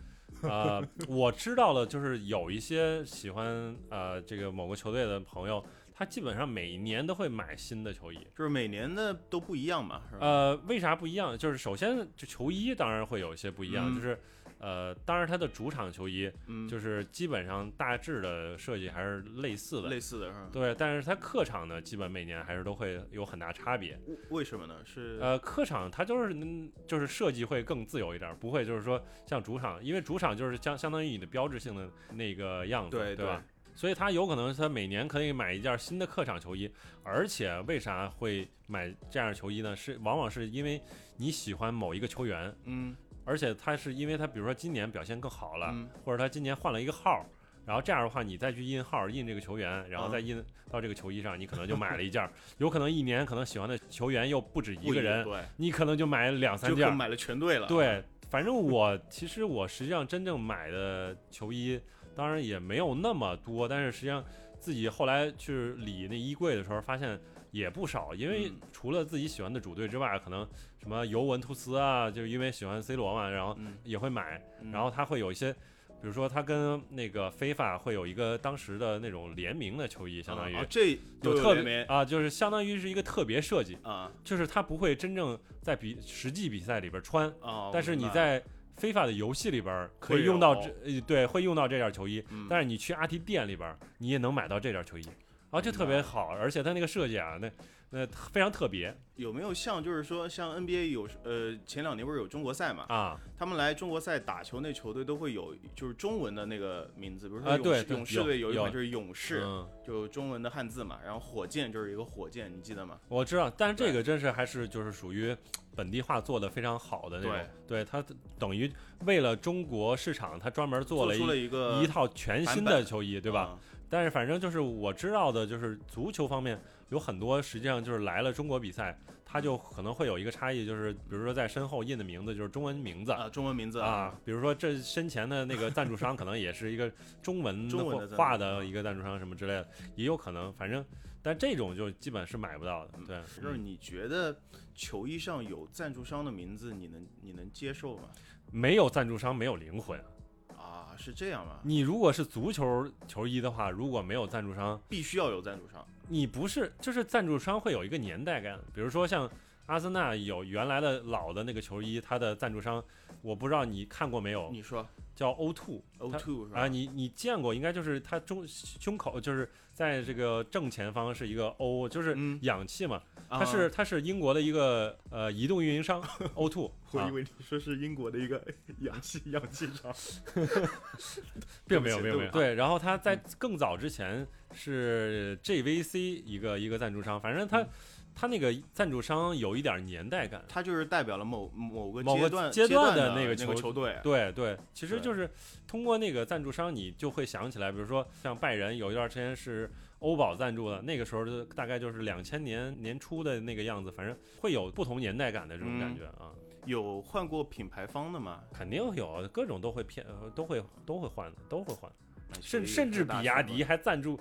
A: 呃，我知道了，就是有一些喜欢呃这个某个球队的朋友，他基本上每一年都会买新的球衣。
B: 就是每年的都不一样嘛，是吧？
A: 呃，为啥不一样？就是首先就球衣当然会有一些不一样，
B: 嗯
A: 就是呃，当然它的主场球衣
B: 嗯，
A: 就是基本上大致的设计还是类似的，
B: 类似的是吧？
A: 对，但是它客场呢，基本每年还是都会有很大差别。
B: 为为什么呢？是
A: 呃，客场它就是嗯就是设计会更自由一点儿，不会就是说像主场，因为主场就是相相当于你的标志性的那个样子，
B: 对
A: 对吧？？所以它有可能它每年可以买一件新的客场球衣，而且为啥会买这样的球衣呢？是往往是因为你喜欢某一个球员，
B: 嗯，
A: 而且他是因为他比如说今年表现更好了，
B: 嗯
A: 或者他今年换了一个号儿，然后这样的话，你再去印号儿印这个球员，然后
B: 嗯
A: 再印到这个球衣上，你可能就买了一件儿，有可能一年可能喜欢的球员又不止一
B: 不
A: 个人，
B: 对，
A: 你可能就买两三
B: 就
A: 件
B: 可
A: 儿。
B: 买了全队了。，
A: 对，反正我其实我实际上真正买的球衣，当然也没有那么多，但是实际上自己后来去理那衣柜的时候，发现也不少，因为
B: 嗯
A: 除了自己喜欢的主队之外，可能什么尤文图斯啊，就是因为喜欢 C 罗嘛，然后
B: 嗯，
A: 也会买，
B: 嗯
A: 然后他会有一些，比如说他跟那个非法会有一个当时的那种联名的球衣，相当于
B: 啊啊这
A: 有
B: 都
A: 特
B: 联
A: 别
B: 名
A: 啊，就是相当于是一个特别设计，
B: 啊
A: 就是他不会真正在比实际比赛里边穿，
B: 啊，
A: 但是你
B: 我明白了
A: 在非法的游戏里边可
B: 会
A: 以
B: 有
A: 用到这，呃对，会用到这件球衣，
B: 嗯
A: 但是你去阿迪店里边你也能买到这件球衣，啊，这
B: 明
A: 特别
B: 白
A: 好，而且它那个设计啊，那那非常特别
B: 有没有像就是说像 NBA 有呃前两年不是有中国赛嘛？
A: 啊，
B: 他们来中国赛打球那球队都会有就是中文的那个名字，比如
A: 啊
B: 说
A: 对
B: 勇士
A: 对有
B: 勇士队有一款
A: 有
B: 就是勇士，
A: 嗯
B: 就中文的汉字嘛。然后火箭就是一个火箭，你记得吗？
A: 我知道，但是这
B: 对
A: 个真是还是就是属于本地化做的非常好的那种，对它等于为了中国市场，它专门做了一
B: 出了一个
A: 一套全新
B: 版
A: 的
B: 本啊
A: 球衣，对吧？？但是反正就是我知道的，就是足球方面有很多，实际上就是来了中国比赛，它就可能会有一个差异，就是比如说在身后印的名字就是中文名字
B: 啊，中文名字
A: 啊，，比如说这身前的那个赞助商可能也是一个中文
B: 中文
A: 或
B: 的赞助
A: 画
B: 商
A: 的一个赞助商什么之类的，也有可能，反正但这种就基本是买不到的，对，
B: 就是你觉得球衣上有赞助商的名字，你能你能接受吗？
A: 没有赞助商没有灵魂。
B: 啊，是这样吗？
A: 你如果是足球球衣的话，如果没有赞助商，
B: 必须要有赞助商，
A: 你不是就是赞助商会有一个年代感，比如说像阿森纳有原来的老的那个球衣，它的赞助商我不知道你看过没有，
B: 你说
A: 叫 O Two
B: O
A: 它
B: two 是吧？
A: 哦啊，你你见过，应该就是它中胸口就是在这个正前方是一个 O，就是
B: 嗯
A: 氧气嘛，
B: 啊
A: 它是它是英国的一个呃移动运营商 O Two，啊，
B: 为你说是英国的一个 氧气氧气厂，
A: 并没有并
B: 对不起
A: 没有
B: 对不起
A: 对，然后它在更早之前是 JVC 一个一个赞助商，反正它
B: 嗯
A: 它那个赞助商有一点年代感。
B: 它就是代表了某某个
A: 某个
B: 阶段
A: 阶段
B: 段
A: 的那
B: 那
A: 个球
B: 球队，
A: 对对，其实
B: 对
A: 就是通过那个赞助商，你就会想起来，比如说像拜仁有一段时间是欧宝赞助的，那个时候就大概就是两千年年初的那个样子，反正会有不同年代感的这种感
B: 嗯
A: 觉啊，
B: 有换过品牌方的吗？
A: 肯定有各种都会骗，呃都会都会换的，都会换，
B: 哎
A: 甚甚至比亚，
B: 所以
A: 迪还赞助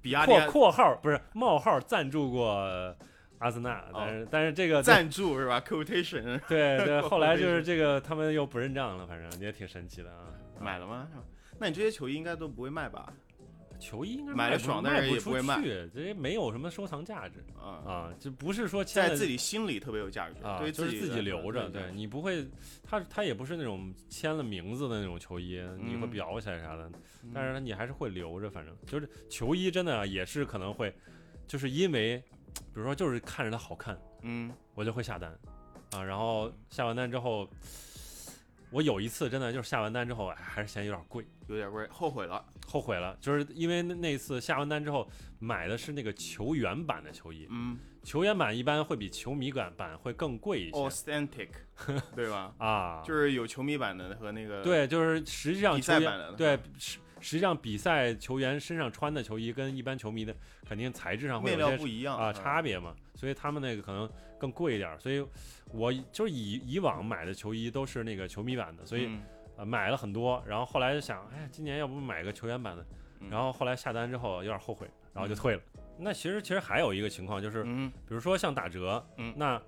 B: 比亚迪啊
A: 括括号不是冒号赞助过。阿森纳，但是、但是这个
B: 哦赞助是吧？Quotation
A: 对对，
B: 我
A: 后来
B: 没
A: 就是
B: 事
A: 这个他们又不认账了，反正也挺神奇的啊。
B: 买了吗？那你这些球衣应该都不会卖吧？
A: 球衣应该
B: 买了
A: 卖不
B: 爽但
A: 卖
B: 是
A: 不
B: 也
A: 出
B: 不会卖
A: 去，这没有什么收藏价值
B: 啊，
A: 啊，就不是说签
B: 在
A: 了
B: 自己心里特别有价值，
A: 啊，
B: 对
A: 就是
B: 己
A: 自
B: 自
A: 己留着，对你不会，它它也不是那种签了名字的那种球衣，你会
B: 嗯
A: 裱起来啥的，但
B: 但是
A: 是你还是会留着，反正就是球衣真的啊也是可能会，就是因为，比如说就是看着它好看，
B: 嗯
A: 我就会下单，啊，然后下完单之后，我有一次真的就是下完单之后哎还是嫌有点贵，
B: 有点贵，后悔了。
A: 后悔了，就是因为那那次下完单之后买的是那个球员版的球衣，
B: 嗯
A: 球员版一般会比球迷版版会更贵一些、
B: ，authentic，对吧？
A: 啊，
B: 哦就是有球迷版的和那个，
A: 对，就是实际上
B: 比
A: 球
B: 赛
A: 员
B: 版的
A: 对实实际上比赛球员身上穿的球衣跟一般球迷的肯定材质上会
B: 面
A: 有些
B: 料不一样
A: 啊、
B: 嗯
A: 差别嘛，所以他们那个可能更贵一点儿，所以我就是以以往买的球衣都是那个球迷版的，所以、
B: 嗯
A: 呃买了很多，然后后来就想，哎，今年要不买个球员版的，
B: 嗯
A: 然后后来下单之后有点后悔，然后就退了。那其实其实还有一个情况就是，
B: 嗯，
A: 比如说像打折，
B: 嗯
A: 那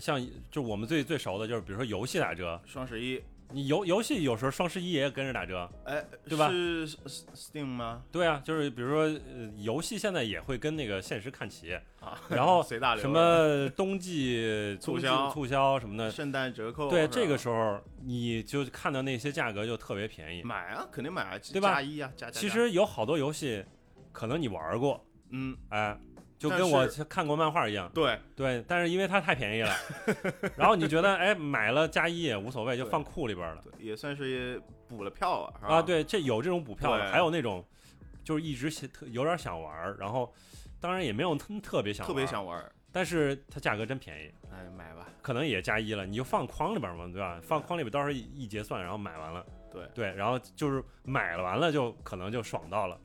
A: 像就我们最最熟的就是，比如说游戏打折，
B: 双十一，
A: 你游游戏有时候双十一也跟着打折，
B: 哎，
A: 对吧
B: 是 Steam 吗？
A: 对啊，就是比如说、呃、游戏现在也会跟那个现实看齐，
B: 啊，
A: 然后
B: 随大流
A: 什么冬 季
B: 促
A: 冬季
B: 销
A: 促销什么的，
B: 圣诞折扣，
A: 对，
B: 是吧
A: 这个时候你就看到那些价格就特别便宜。
B: 买啊，肯定买啊，
A: 对吧
B: 加一啊，加加。
A: 其
B: 加，
A: 实有好多游戏可能你玩过，
B: 嗯，
A: 哎，就
B: 但
A: 跟我
B: 是
A: 看过漫画一样，
B: 对，
A: 对，但是因为它太便宜 了，然后你觉得哎买了加一也无所谓，就
B: 对
A: 放库里边了
B: 对也算是补了票啊。是吧
A: 啊。，对，这有这种补票的，
B: 对
A: 还有那种就是一直想特有点想玩儿，然后当然也没有特特别想
B: 特别
A: 玩儿，
B: 想玩儿，
A: 但是它价格真便宜，
B: 哎，买吧。
A: 可能也加一了，你就放筐里边嘛，对吧？放筐里边到时候一一结算，然后买完了，
B: 对
A: 对，然后就是买了完了就可能就爽到了。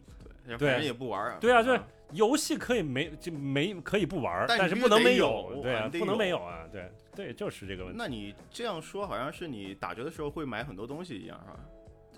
B: 对，
A: 对
B: 反正也不玩啊。
A: 对啊
B: 嗯
A: 对游戏可以没就没可以不玩儿，
B: 但
A: 但
B: 是
A: 不能没
B: 必须得有
A: 对啊
B: 啊，得
A: 不能
B: 有
A: 没有啊，对对，就是这个问题。
B: 那你这样说，好像是你打折的时候会买很多东西一样，是吧？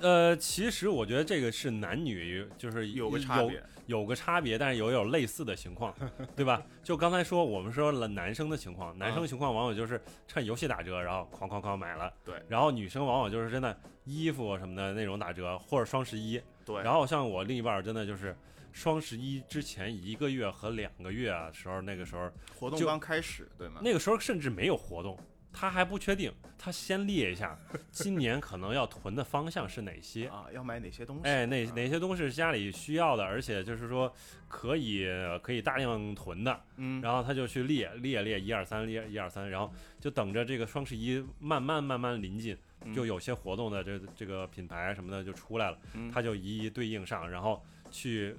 A: 呃，其实我觉得这个是男女就是
B: 有个差别，
A: 有，有个差别，但是也有类似的情 况，对吧？就刚才说我们说了男生的情况，男
B: 嗯
A: 生情况往往就是趁游戏打折，然后哐哐哐买了，
B: 对
A: 然后女生往往就是真的衣服什么的那种打折，或者双十一，
B: 对。
A: 然后像我另一半儿真的就是双十一之前一个月和两个月啊时候，那个时候
B: 活动
A: 就
B: 刚开始，对吗？
A: 那个时候甚至没有活动，他还不确定，他先列一下今年可能要囤的方向是哪些。
B: 啊，要买哪些东西？
A: 哎，哪
B: 啊
A: 哪些东西是家里需要的，而且就是说可以可以大量囤的，
B: 嗯，
A: 然后他就去列列列一二三列一二三，然后就等着这个双十一慢慢慢慢临近，
B: 嗯
A: 就有些活动的这这个品牌什么的就出来了，
B: 嗯
A: 他就一一对应上，然后去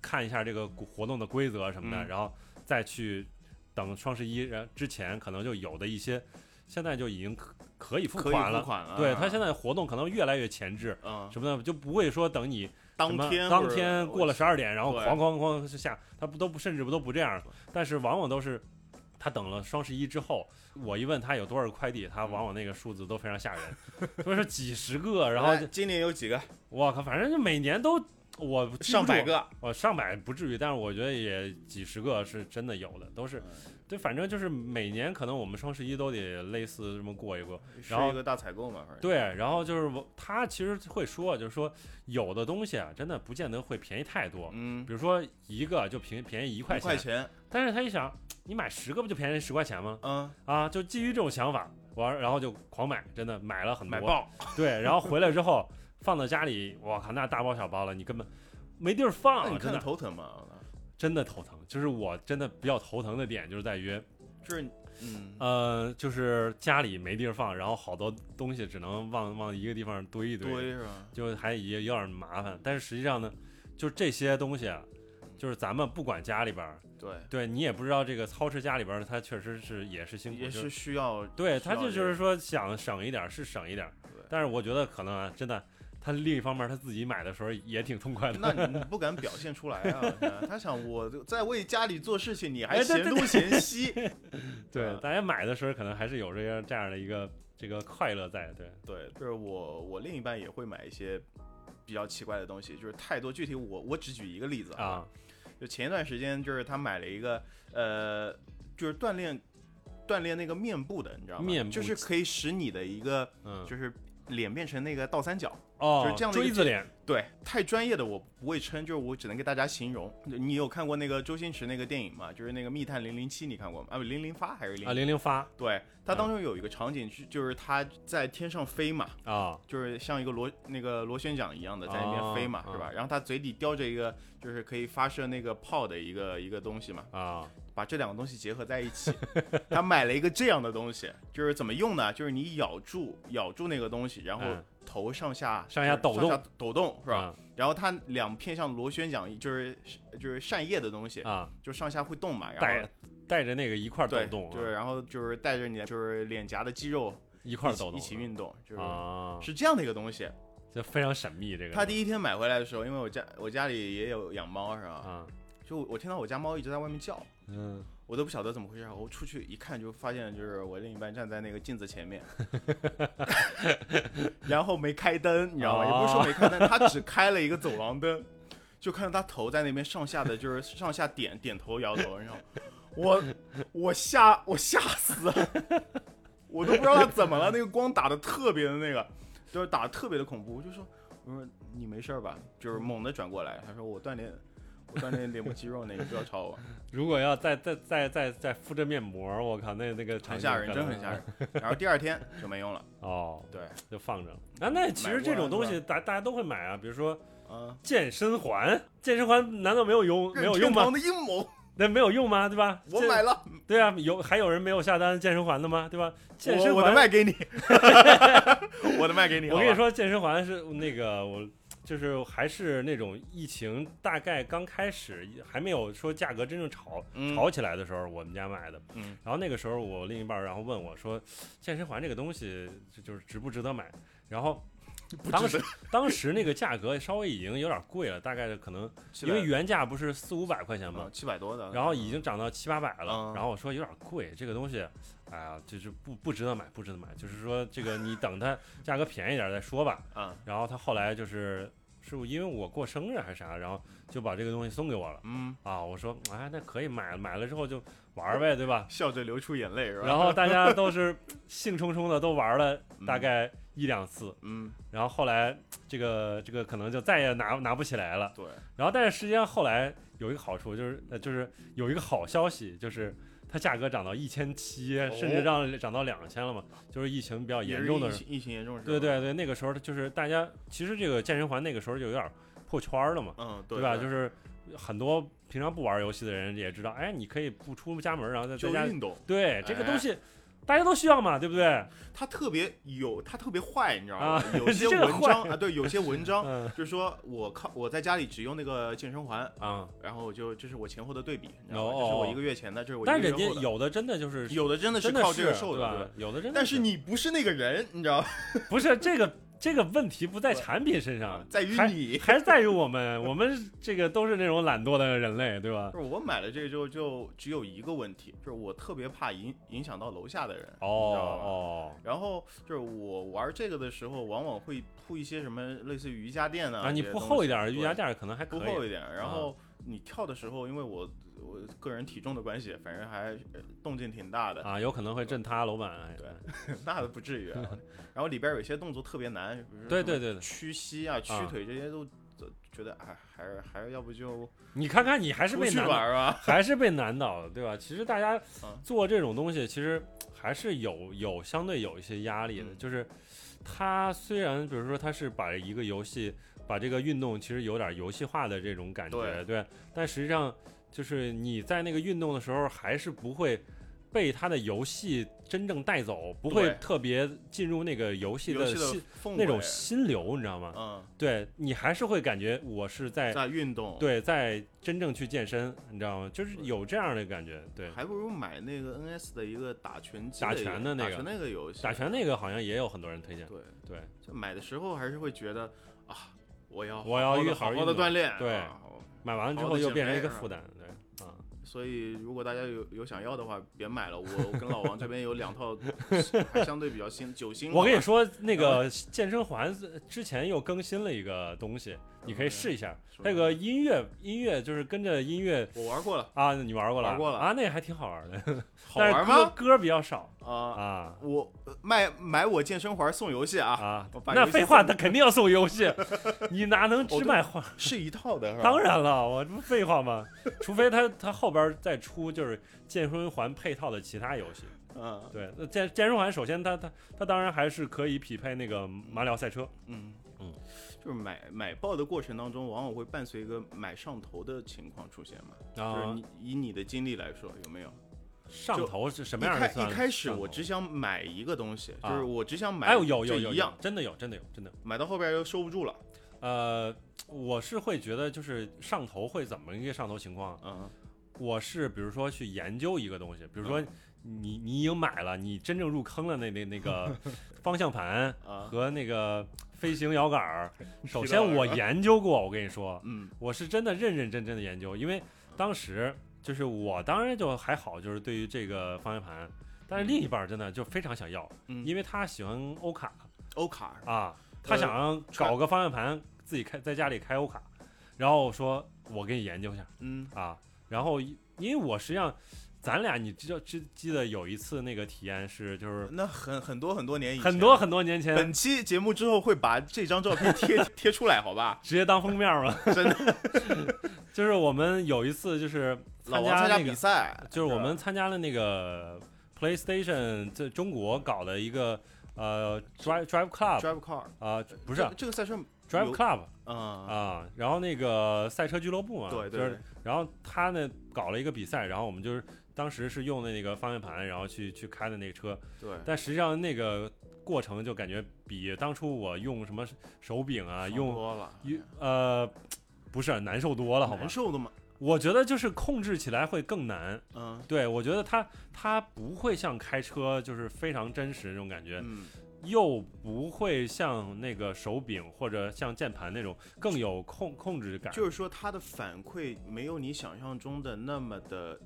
A: 看一下这个活动的规则什么的，
B: 嗯
A: 然后再去等双十一然之前可能就有的一些，现在就已经可可以付
B: 可以
A: 款
B: 付
A: 了。
B: 款了。啊
A: 对他现在活动可能越来越前置，
B: 嗯，
A: 什么的就不会说等你什
B: 当
A: 么
B: 天
A: 当
B: 或者
A: 天过了十二点，然后
B: 对
A: 哐哐哐就下，他不都不甚至不都不这样，但是往往都是他等了双十一之后，我一问他有多少快递，他往往那个数字都非常 吓人，所以说几十个，然后
B: 来今年有几个？
A: 我靠，反正就每年都我记不
B: 上百
A: 住，
B: 个。啊
A: 我上百不至于，但是我觉得也几十个是真的有的，都是
B: 嗯
A: 对，反正就是每年可能我们双十一都得类似这么过一过，然后
B: 是一个大采购嘛，反正。
A: 对，然后就是我他其实会说，就是说有的东西啊，真的不见得会便宜太多。
B: 嗯
A: 比，如说一个就便便宜一块
B: 一块钱，
A: 但是他一想，你买十个不就便宜十块钱吗？
B: 嗯，
A: 啊，就基于这种想法，完然后就狂买，真的买了很多，
B: 买爆，
A: 对，然后回来之后放到家里，我靠，那大包小包了，你根本没地儿放
B: 那
A: 啊，
B: 你
A: 真
B: 看
A: 的
B: 头疼吗？
A: 真的头疼。就是我真的比较头疼的点就是在于，
B: 就是你，嗯，
A: 呃，就是家里没地儿放，然后好多东西只能往往一个地方堆一堆，
B: 堆是吧？
A: 就还也有点麻烦。但是实际上呢，就这些东西啊，就是咱们不管家里边儿，
B: 对，
A: 对你也不知道这个操持家里边儿，它确实是也是辛苦，
B: 也
A: 就是
B: 需要，
A: 对，
B: 需
A: 他
B: 要
A: 就
B: 这
A: 就是
B: 个
A: 说想省一点儿是省一点儿
B: 对，
A: 但是我觉得可能啊，真的，他另一方面他自己买的时候也挺痛快的。
B: 那你你不敢表现出来啊？他想我在为家里做事情，你
A: 哎
B: 还
A: 对
B: 嫌
A: 对
B: 东嫌西，
A: 对
B: 啊，
A: 大家买的时候可能还是有这样这样的一个这个快乐在，对，
B: 对，就是我我另一半也会买一些比较奇怪的东西，就是太多。具体我我只举一个例子
A: 啊，
B: 就前一段时间就是他买了一个呃，就是锻炼锻炼那个面部的，你知道吗？
A: 面部
B: 就是可以使你的一个
A: 嗯，
B: 就是脸变成那个倒三角。
A: 哦，
B: 就是这样的一个
A: 锥子脸，
B: 对，太专业的我不会称，就是我只能给大家形容。你有看过那个周星驰那个电影吗？就是那个《密探零零七》，你看过吗？啊，不，零零发还是零
A: 啊，？零嗯零发
B: 对，它当中有一个场景，就就是他在天上飞嘛，
A: 啊，
B: 就是像一个螺那个螺旋桨一样的在那边飞嘛，
A: 哦
B: 是吧？然后他嘴里叼着一个就是可以发射那个炮的一个一个东西嘛，
A: 啊，
B: 把这两个东西结合在一起。他买了一个这样的东西，就是怎么用呢？就是你咬住咬住那个东西，然后
A: 嗯
B: 头上下
A: 上下抖动嗯
B: 上下抖动是吧？
A: 吧？
B: 然后它两片像螺旋桨，就是就是扇叶的东西，
A: 啊，
B: 就上下会动嘛。然
A: 带
B: 后
A: 带着那个一块儿抖
B: 对，
A: 动啊，
B: 就是然后就是带着你的就是脸颊的肌肉
A: 一块
B: 一
A: 儿
B: 起
A: 抖动
B: 一起运动，就是
A: 啊，
B: 是这样的一个东西。
A: 这非常神秘这个。
B: 他第一天买回来的时候，因为我家我家里也有养猫是吧？
A: 啊，
B: 就我听到我家猫一直在外面叫，
A: 嗯，
B: 我都不晓得怎么回事。我出去一看，就发现就是我另一半站在那个镜子前面，然后没开灯，你知道吗？
A: 哦
B: 也不是说没开灯，他只开了一个走廊灯，就看到他头在那边上下的，就是上下点点头摇头，然后我我吓我吓死了，我都不知道他怎么了，那个光打的特别的那个，就是打的特别的恐怖，我就说我说你没事儿吧？就是猛地转过来，他说我锻炼我锻炼脸部肌肉呢，你不要吵我。
A: 如果要再再再再再敷着面膜，我靠，那那个场
B: 很
A: 景
B: 吓人，
A: 可
B: 真
A: 能
B: 很吓人。 然后第二天就没用了，
A: 哦，
B: 对，
A: 就放着。啊，那其实这种东西大大家都会买啊，比如说
B: 嗯，
A: 健身环，健身环难道没有用没有用
B: 任天堂
A: 吗？
B: 的阴谋，
A: 那没有用吗？对吧？
B: 我
A: 这
B: 买了，
A: 对啊，有还有人没有下单健身环的吗？对吧？健身
B: 我我的
A: 环，
B: 啊卖给你， 我的卖给你。
A: 我跟
B: 好
A: 你
B: 吧，
A: 说，健身环是那个我。就是还是那种疫情大概刚开始，还没有说价格真正炒
B: 嗯
A: 炒起来的时候，我们家买的。
B: 嗯，
A: 然后那个时候我另一半儿然后问我说，健身环这个东西就就是值不值得买？然后
B: 不
A: 当
B: 值
A: 时当时那个价格稍微已经有点贵了，大概可能
B: 得
A: 因为原价不是四五百块钱嘛，
B: 嗯七百多的，
A: 然后已经涨到七八百了
B: 嗯，
A: 然后我说有点贵，这个东西，哎呀，就是不不值得买，不值得买，就是说这个你等它价格便宜点儿再说吧。
B: 啊，
A: 然后他后来就是是因为我过生日还是啥，然后就把这个东西送给我了
B: 嗯，
A: 啊，我说哎那可以买，买了之后就玩儿呗，对吧？
B: 笑着流出眼泪是吧？
A: 然后大家都是兴冲冲的，都玩了大
B: 嗯，
A: 概一两次，
B: 嗯，
A: 然后后来这个这个可能就再也拿拿不起来了。
B: 对，
A: 然后但是实际上后来有一个好处就是呃就是有一个好消息就是。它价格涨到一千七，甚
B: 哦
A: 至让涨到两千了嘛，就是疫情比较
B: 也
A: 严
B: 是
A: 重的
B: 疫
A: 时候。
B: 情疫情严重的时候，
A: 对，对对，那个时候就是大家其实这个健身环那个时候就有点破圈儿了嘛，
B: 嗯，
A: 对
B: 对
A: 吧？就是很多平常不玩游戏的人也知道，哎，你可以不出家门，然后在在
B: 就
A: 家
B: 运动，
A: 对，这个
B: 哎
A: 东西大家都需要嘛，对不对？
B: 它特别有，它特别坏，你知道吗
A: 啊？
B: 有些
A: 这个
B: 文章啊，对，有些文章
A: 嗯
B: 就是说我靠，我在家里只用那个健身环，
A: 啊，
B: 然后我就这是我前后的对比，你知道吗？
A: 哦
B: 这是我一个月前的，这是我一
A: 但
B: 个
A: 是
B: 月
A: 人
B: 后的。
A: 家有的真的就是
B: 有的真的是
A: 真的
B: 靠这个
A: 是
B: 瘦
A: 对
B: 的，
A: 吧？有的真的，
B: 但是你不是那个人，你知道吧？
A: 不是这个这个问题不在产品身上，
B: 在于
A: 还
B: 你。
A: 还是在于我们， 我们这个都是那种懒惰的人类，对吧？
B: 就是我买了这个之后，就只有一个问题，就是我特别怕影影响到楼下的人。
A: 哦
B: 知道吧
A: 哦，
B: 然后就是我玩这个的时候，往往会铺一些什么类似于瑜伽垫
A: 啊，你
B: 这些
A: 铺
B: 东
A: 厚一
B: 西
A: 点儿瑜伽
B: 对
A: 垫儿可能还可
B: 铺
A: 以啊
B: 厚一点。然后你跳的时候，因为我我个人体重的关系，反正还呃动静挺大的，
A: 啊，有可能会震塌楼板。哎
B: 对那都不至 于、啊。然后里边有一些动作特别难，比如说
A: 对
B: 什
A: 对
B: 么
A: 对对
B: 屈膝啊、屈
A: 啊
B: 腿这些都都觉得哎，还是还是要不就
A: 你看看你还是
B: 出
A: 被
B: 去
A: 难
B: 玩
A: 倒，
B: 儿 啊吧。
A: 还是被难倒了，对吧？其实大家
B: 嗯
A: 做这种东西，其实还是有有相对有一些压力的，
B: 嗯
A: 就是它虽然比如说它是把一个游戏把这个运动其实有点游戏化的这种感觉，对
B: 对
A: 但实际上就是你在那个运动的时候，还是不会被它的游戏真正带走，不会
B: 对
A: 特别进入那个游戏
B: 游
A: 的
B: 戏
A: 心
B: 的氛围
A: 那种心流，你知道吗？
B: 嗯，
A: 对你还是会感觉我是在
B: 在运动，，
A: 哎对在真正去健身，你知道吗？就是有这样的感觉，对。
B: 还不如买那个 NS 的一个打拳机
A: 打
B: 一
A: 拳的那
B: 打
A: 个
B: 拳那个游戏，
A: 打拳那个好像也有很多人推荐，
B: 对，
A: 对，
B: 就买的时候还是会觉得啊，我要
A: 我要
B: 好好
A: 运
B: 地
A: 好
B: 好
A: 好
B: 好的
A: 运动
B: 锻炼，
A: 对
B: 啊
A: 买完之
B: 好好
A: 后
B: 地
A: 又
B: 减
A: 变成
B: 肥
A: 一个
B: 是吧
A: 负担，对，啊，
B: 所以，如果大家有有想要的话，别买了。我我跟老王这边有两套，还相对比较新，九星。
A: 我跟你，说，那个健身环之前又更新了一个东西，你
B: 嗯
A: 可以试一下，
B: 什么
A: 那个音乐音乐就是跟着音乐
B: 我玩过了，
A: 啊，你玩过了？
B: 玩过了
A: 啊，那个还挺好玩的，
B: 好
A: 但是
B: 玩
A: 歌
B: 吗？
A: 歌比较少
B: 啊，
A: 啊
B: 我呃卖买我健身环送游戏啊，
A: 啊
B: 我，把
A: 那
B: 游戏
A: 废
B: 送
A: 话，
B: 你
A: 那肯定要送游 戏，你哪能只
B: 哦对
A: 买环？
B: 是一 套的，是吧？
A: 啊当然了，我这不废话吗？ 除非他他后边再出就是健身环配套的其他游戏。
B: 嗯
A: 对，那健健身环首先它它它当然还是可以匹配那个马里奥赛车，
B: 嗯
A: 嗯，
B: 就是买买爆的过程当中，往往会伴随一个买上头的情况出现嘛。就是
A: 啊，
B: 你以你的经历来说，有没有？
A: 上头是什么样
B: 一
A: 的
B: 开
A: 算
B: 一开始
A: 上头
B: 我只想买一个东西，
A: 啊
B: 就是我只想买
A: 哎有有有
B: 这
A: 有
B: 一样，，
A: 真的有真的有真的有。
B: 买到后边又收不住了。
A: 呃，我是会觉得就是上头会怎么一个上头情况啊？
B: 嗯，
A: 我是比如说去研究一个东西，比如说
B: 嗯
A: 你你已经买了，你真正入坑了那那那个方向盘
B: 啊
A: 和那个飞行摇杆 儿。首
C: 提
A: 先
C: 到了
A: 我
C: 是吧
A: 研究过，我跟你说，
B: 嗯
A: 我是真的认认真真的研究，因为当时就是我当然就还好，就是对于这个方向盘，但是另一半儿真的就非常想要，
B: 嗯，
A: 因为他喜欢欧卡
B: 欧卡
A: 啊，他
B: 呃
A: 想让搞个方向盘自己开在家里开欧卡，然后我说我给你研究一下。
B: 嗯
A: 啊，然后因因为我实际上，咱俩你知道知记得有一次那个体验是就是
B: 那很很多很多年以前，
A: 很多。很多年前
B: 本期节目之后会把这张照片贴贴出来，好吧？
A: 直接当封面了，
B: 真的，
A: 就是我们有一次就是参
B: 老王参
A: 加
B: 加
A: 那
B: 比
A: 个，
B: 赛，
A: 就是我
B: 吧
A: 们参加了那个 PlayStation 在中国搞的一个呃 Drive Drive Club
B: Drive Car
A: 啊，不是
B: 这这个赛事，
A: Drive
B: 有
A: Club
B: 嗯，
A: 啊，然后那个赛车俱乐部嘛，
B: 对
A: 就
B: 对
A: 是
B: 对，
A: 然后他呢搞了一个比赛，然后我们就是当时是用的那个方向盘，然后去去开的那个车，
B: 对，
A: 但实际上那个过程就感觉比当初我用什么手柄啊，
B: 好
A: 用
B: 多了，
A: 用呃不是难受多了，好吧
B: 嗯难？受的嘛，
A: 我觉得就是控制起来会更难。
B: 嗯
A: 对我觉得它它不会像开车就是非常真实那种感觉，
B: 嗯，
A: 又不会像那个手柄或者像键盘那种更有控控制感。
B: 就是说它的反馈没有你想象中的那么的，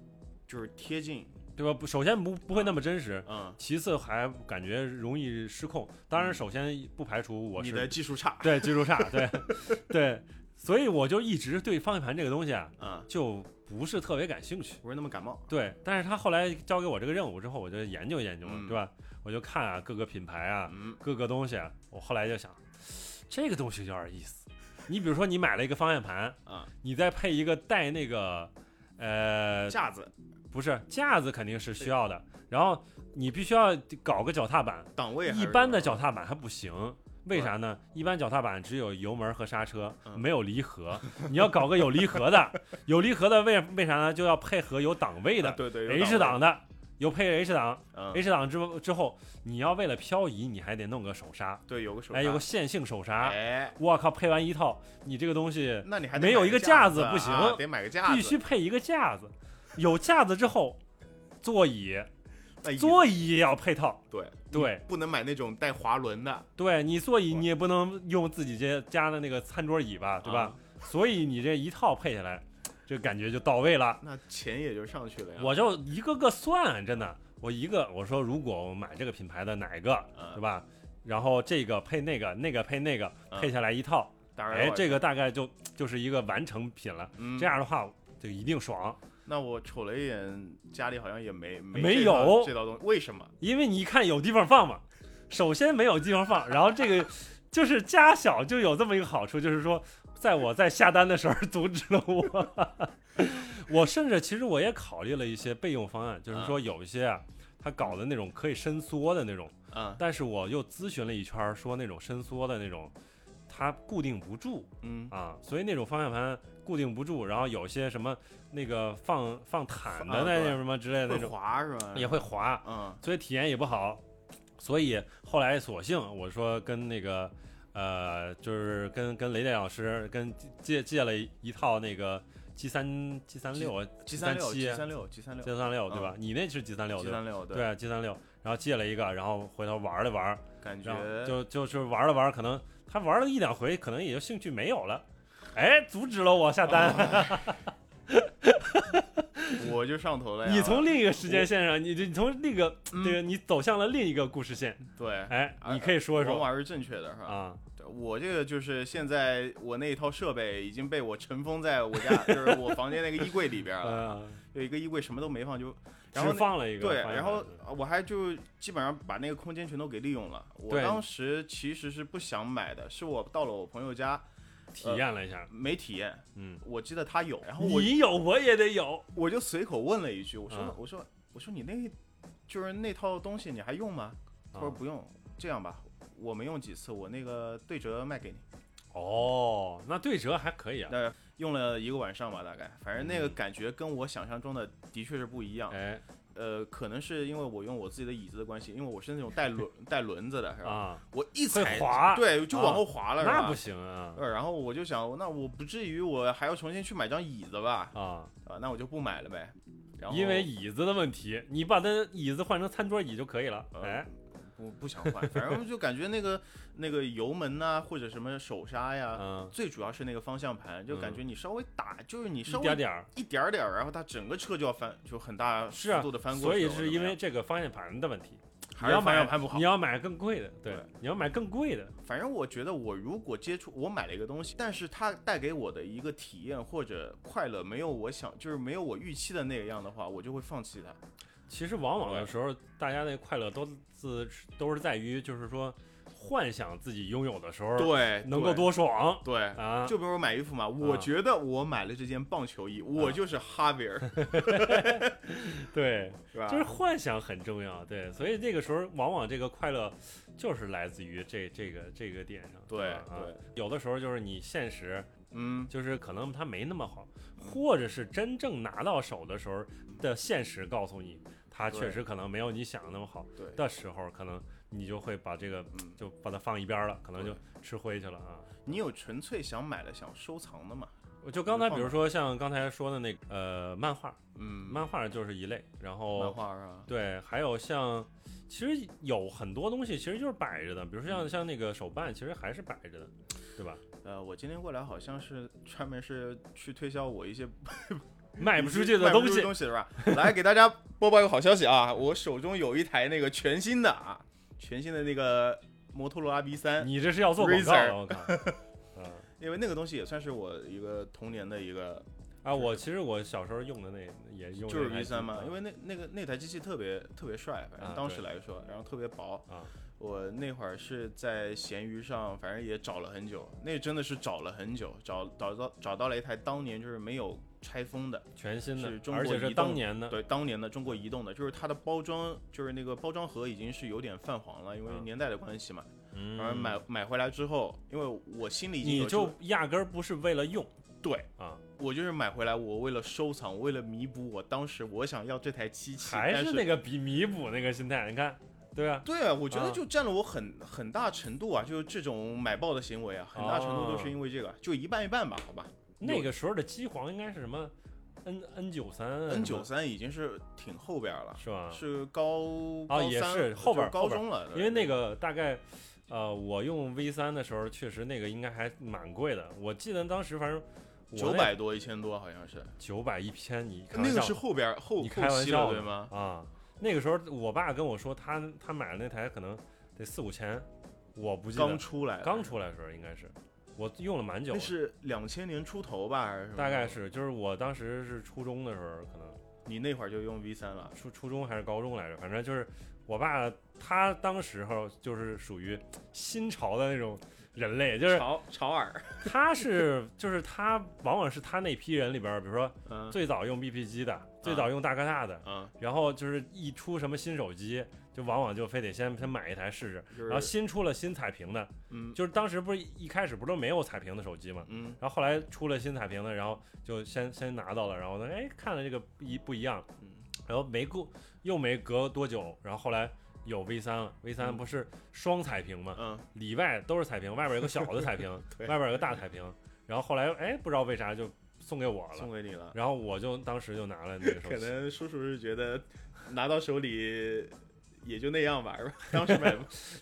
B: 就是贴近，
A: 对吧？不，首先不不会那么真实，
B: 嗯，
A: 其次还感觉容易失控。当然，
B: 嗯
A: 首先不排除我
B: 你
A: 是
B: 的技术差，
A: 对技术差，对 对，所以我就一直对方向盘这个东西啊，
B: 嗯，
A: 就不是特别感兴趣。
B: 不是那么感冒，
A: 对，但是他后来交给我这个任务之后，我就研究研究了，
B: 嗯
A: 对吧？我就看啊各个品牌啊，
B: 嗯
A: 各个东西啊，我后来就想，这个东西有点意思。你比如说，你买了一个方向盘，
B: 啊，
A: 你再配一个带那个，呃，
B: 架子、
A: 不是架子肯定是需要的，然后你必须要搞个脚踏板，
B: 档位还是
A: 一
B: 有
A: 般的
B: 点
A: 脚踏板还不行。为啥呢？一般脚踏板只有油门和刹车，
B: 嗯
A: 没有离合。你要搞个有离合的， 有离合的为为啥呢？就要配合有档位
B: 啊
A: 的
B: 对对有
A: H 档的，有配 H 档
B: 档位，嗯，
A: ，H 档之之后，你要为了漂移，你还得弄个手刹，
B: 对，有个手，
A: 哎，有个，线性手刹。
B: 哎，
A: 我靠，配完一套，你这个东西
B: 那你还得
A: 没有
B: 买
A: 一个
B: 架
A: 架子不
B: 啊
A: 行
B: 得买个架子，
A: 必须配一个架子。有架子之后，座椅
B: 那椅子
A: 座椅也要配套。
B: 对
A: 对，
B: 哎不能买那种带滑轮的，
A: 对你座椅，
B: 哇
A: 你也不能用自己家家的那个餐桌椅吧，对吧？
B: 啊
A: 所以你这一套配下来，这感觉就到位了。
B: 那钱也就上去了呀，
A: 我就一个个算，真的，我一个我说，如果我买这个品牌的哪一个，
B: 嗯
A: 对吧？然后这个配那个，那个配那个，
B: 嗯
A: 配下来一套，
B: 当然
A: 哎，
B: 我
A: 这个大概就就是一个完成品了。
B: 嗯
A: 这样的话就一定爽，
B: 那我瞅了一眼，家里好像也没没
A: 没
B: 这套
A: 有
B: 这道东西，为什么？
A: 因为你一看有地方放嘛，首先没有地方放，然后这个就是家小就有这么一个好处，就是说，在我在下单的时候阻止了我。 我甚至其实我也考虑了一些备用方案，
B: 嗯
A: 就是说有一些啊，他搞的那种可以伸缩的那种，
B: 嗯
A: 但是我又咨询了一圈儿，说那种伸缩的那种，它固定不住
B: 嗯，
A: 啊，所以那种方向盘固定不住，然后有些什么那个放放毯的
B: 啊
A: 那
B: 对
A: 种什么之类的那
B: 会
A: 种
B: 滑是吧？
A: 也会滑，
B: 嗯
A: 所以体验也不好。所以后来索性我说跟那个呃，就是跟跟雷电老师跟借借了一套那个 G 三 G 三六
B: ，G 三六
A: 七
B: ，G
A: 啊
B: 三六，G 三六
A: G 三六对吧？你那是 G 三六
B: ，G
A: 对吧？
B: 三六，
A: 对啊，G 三六，然后借了一个，然后回头玩了玩，
B: 感
A: 然后
B: 觉
A: 就就是玩了玩，可能他玩了一两回，可能也就兴趣没有了。哎，阻止了我下
B: 哦
A: 单。
B: 我就上头了呀。
A: 你从另一个时间线上，你你从那个
B: 嗯
A: 这个你走向了另一个故事线。
B: 对，
A: 哎，
B: 而
A: 你可以说一
B: 往
A: 说
B: 往是正确的是吧？
A: 啊。
B: 对我这个就是现在我那一套设备已经被我尘封在我家，就是我房间那个衣柜里边了，
A: 嗯，
B: 有一个衣柜什么都没放就，啊然后
A: 只
B: 那
A: 放了一个
B: 对，
A: 方向
B: 然后呃
A: 盘
B: 我还就基本上把那个空间全都给利用了。我
A: 对
B: 当时其实是不想买的，是我到了我朋友家
A: 体验了一下，
B: 没体验，
A: 嗯，
B: 我记得他有，然后我
A: 你有我也得有，
B: 我就随口问了一句，我说、
A: 啊
B: 我说我说你那就是那套东西你还用吗？他说
A: 啊
B: 不用，这样吧，我们用几次，我那个对折卖给你。
A: 哦，那对折还可以啊。
B: 那用了一个晚上吧，大概，反正那个
A: 嗯
B: 感觉跟我想象中的的确是不一样。
A: 哎
B: 呃，可能是因为我用我自己的椅子的关系，因为我是那种带 轮带轮子的，是吧？
A: 啊，
B: 我一踩
A: 会滑
B: 对，就
A: 啊
B: 往后滑了，是
A: 那
B: 吧
A: 不行啊
B: 呃，然后我就想，那我不至于我还要重新去买张椅子吧？
A: 啊！
B: 啊，那我就不买了呗。然后
A: 因为椅子的问题，你把它椅子换成餐桌椅就可以了。
B: 呃
A: 哎，
B: 不不想换，反正就感觉那个那个油门呐、或者什么手刹呀，
A: 嗯，
B: 最主要是那个方向盘，就感觉你稍微打，就是你
A: 一
B: 稍微
A: 点点儿。
B: 一点儿点儿，然后它整个车就要翻，就很大
A: 是
B: 幅
A: 啊
B: 度的翻，过
A: 所
B: 去
A: 以
B: 了
A: 是因为这个方向盘的问题。
B: 还
A: 你
B: 是
A: 要
B: 方
A: 买
B: 向盘不好
A: 你。要买更贵的，对，
B: 对
A: 你要买更贵的，
B: 反正我觉得，我如果接触，我买了一个东西，但是它带给我的一个体验或者快乐，没有我想，就是没有我预期的那样的话，我就会放弃它。
A: 其实往往
B: 对
A: 的时候，大家的快乐都自都是在于，就是说幻想自己拥有的时候
B: 对，
A: 能够多爽
B: 对。
A: 啊！
B: 就比如我买衣服嘛，我
A: 啊
B: 觉得我买了这件棒球衣，我就是哈 维尔，
A: 对，
B: 是吧？
A: 就是幻想很重要，对，所以这个时候往往这个快乐就是来自于这这个这个点上，
B: 对
A: 吧啊
B: 对，
A: 有的时候就是你现实
B: 嗯，
A: 就是可能它没那么好，或者是真正拿到手的时候的现实告诉你，它
B: 对
A: 确实可能没有你想的那么好
B: 对，
A: 的时候，可能你就会把这个
B: 嗯
A: 就把它放一边儿了，可能就
B: 对
A: 吃灰去了啊。
B: 你有纯粹想买的、想收藏的嘛？
A: 我就刚才
B: 放
A: 比如
B: 哪
A: 说像刚才说的那个呃漫画，
B: 嗯，
A: 漫画就是一类，然后
B: 漫画啊，
A: 对，还有像，其实有很多东西其实就是摆着的，比如说像
B: 嗯
A: 像那个手办，其实还是摆着的，对吧？
B: 呃，我今天过来好像是专门是去推销我一些
A: 卖不出去
B: 卖
A: 的
B: 不
A: 东
B: 出去
A: 西
B: 的，东西是吧？来给大家播报一个好消息啊，我手中有一台那个全新的啊，全新的那个摩托罗拉 B 三，
A: 你这是要做广告
B: Razer
A: 的，我靠！ 啊
B: 因为那个东西也算是我一个童年的一个，
A: 啊，我其实我小时候用的那也用
B: 就是
A: 那台
B: B 三嘛
A: 机，
B: 因为那那个那台机器特别特别帅，反
A: 啊
B: 正当时来说，然后特别薄
A: 啊。
B: 我那会儿是在闲鱼上，反正也找了很久，那真的是找了很久，找找到找到了一台当年就是没有拆封的，
A: 全新
B: 是
A: 的，
B: 中
A: 而
B: 国
A: 且是
B: 移
A: 当
B: 动
A: 年的，
B: 对，当年的中国移动的，就是它的包装，就是那个包装盒已经是有点泛黄了，因为
A: 嗯
B: 年代的关系嘛。
A: 嗯
B: 然后买买回来之后，因为我心里已经
A: 你
B: 有这个
A: 就压根儿不是为了用
B: 对
A: 啊，
B: 我就是买回来，我为了收藏，我为了弥补我当时我想要这台机器，
A: 还
B: 但
A: 是
B: 是
A: 那个比弥补那个心态，你看，对啊，
B: 对啊，我觉
A: 啊
B: 得就占了我很、很大程度啊，就是这种买爆的行为啊，很大程度都
A: 哦
B: 是因为这个，就一半一半吧，好吧。
A: 那
B: 有
A: 个时候的机皇应该是什么 N N 九三啊
B: N 九三已经是挺后边了，
A: 嗯是吧？
B: 是高
A: 啊
B: 高
A: 也
B: 三
A: 是后边
B: 就高
A: 后边
B: 中了，
A: 因为那
B: 个
A: 个大概，呃，我用 V 三的时候，确实那个应该还蛮贵的。我记得当时反正
B: 九百多一千多好像是，
A: 九百一篇，你开玩
B: 那
A: 笑
B: 个是后边后
A: 你
B: 后
A: 开玩
B: 期
A: 笑
B: 了
A: 的
B: 对吗？
A: 啊？那个时候我爸跟我说他，他买的那台可能得四五千，我不记得
B: 刚出来的，
A: 刚出来的时候应该是我用了蛮久
B: 那
A: 的，
B: 是两千年出头吧，还是什么
A: 大概是就是我当时是初中的时候，可能
B: 你那会儿就用 V 三了，
A: 初初中还是高中来着，反正就是我爸他当时候就是属于新潮的那种人类，就是
B: 潮潮耳，
A: 他是就是他往往是他那批人里边儿，比如说
B: 嗯
A: 最早用 BP 机的，最
B: 啊
A: 早用大哥大的，
B: 嗯，
A: 然后就是一出什么新手机，就往往就非得先先买一台试试，
B: 就是
A: 然后新出了新彩屏的，
B: 嗯
A: 就是当时不是一开始不都没有彩屏的手机嘛。
B: 嗯
A: 然后后来出了新彩屏的，然后就先先拿到了，然后呢，哎，看了这个不一不一样，
B: 嗯
A: 然后没过又没隔多久，然后后来有 V 三了，V 三
B: 嗯
A: 不是双彩屏吗？
B: 嗯，
A: 里外都是彩屏，外边有个小的彩屏
B: ，对
A: 外边有个大彩屏。然后后来哎，不知道为啥就送给我了
B: 送，给你 了。
A: 然后我就当时就拿了那个手
B: 可
A: 机。
B: 能叔叔是觉得拿到手里也就那样吧，是吧？ 当时买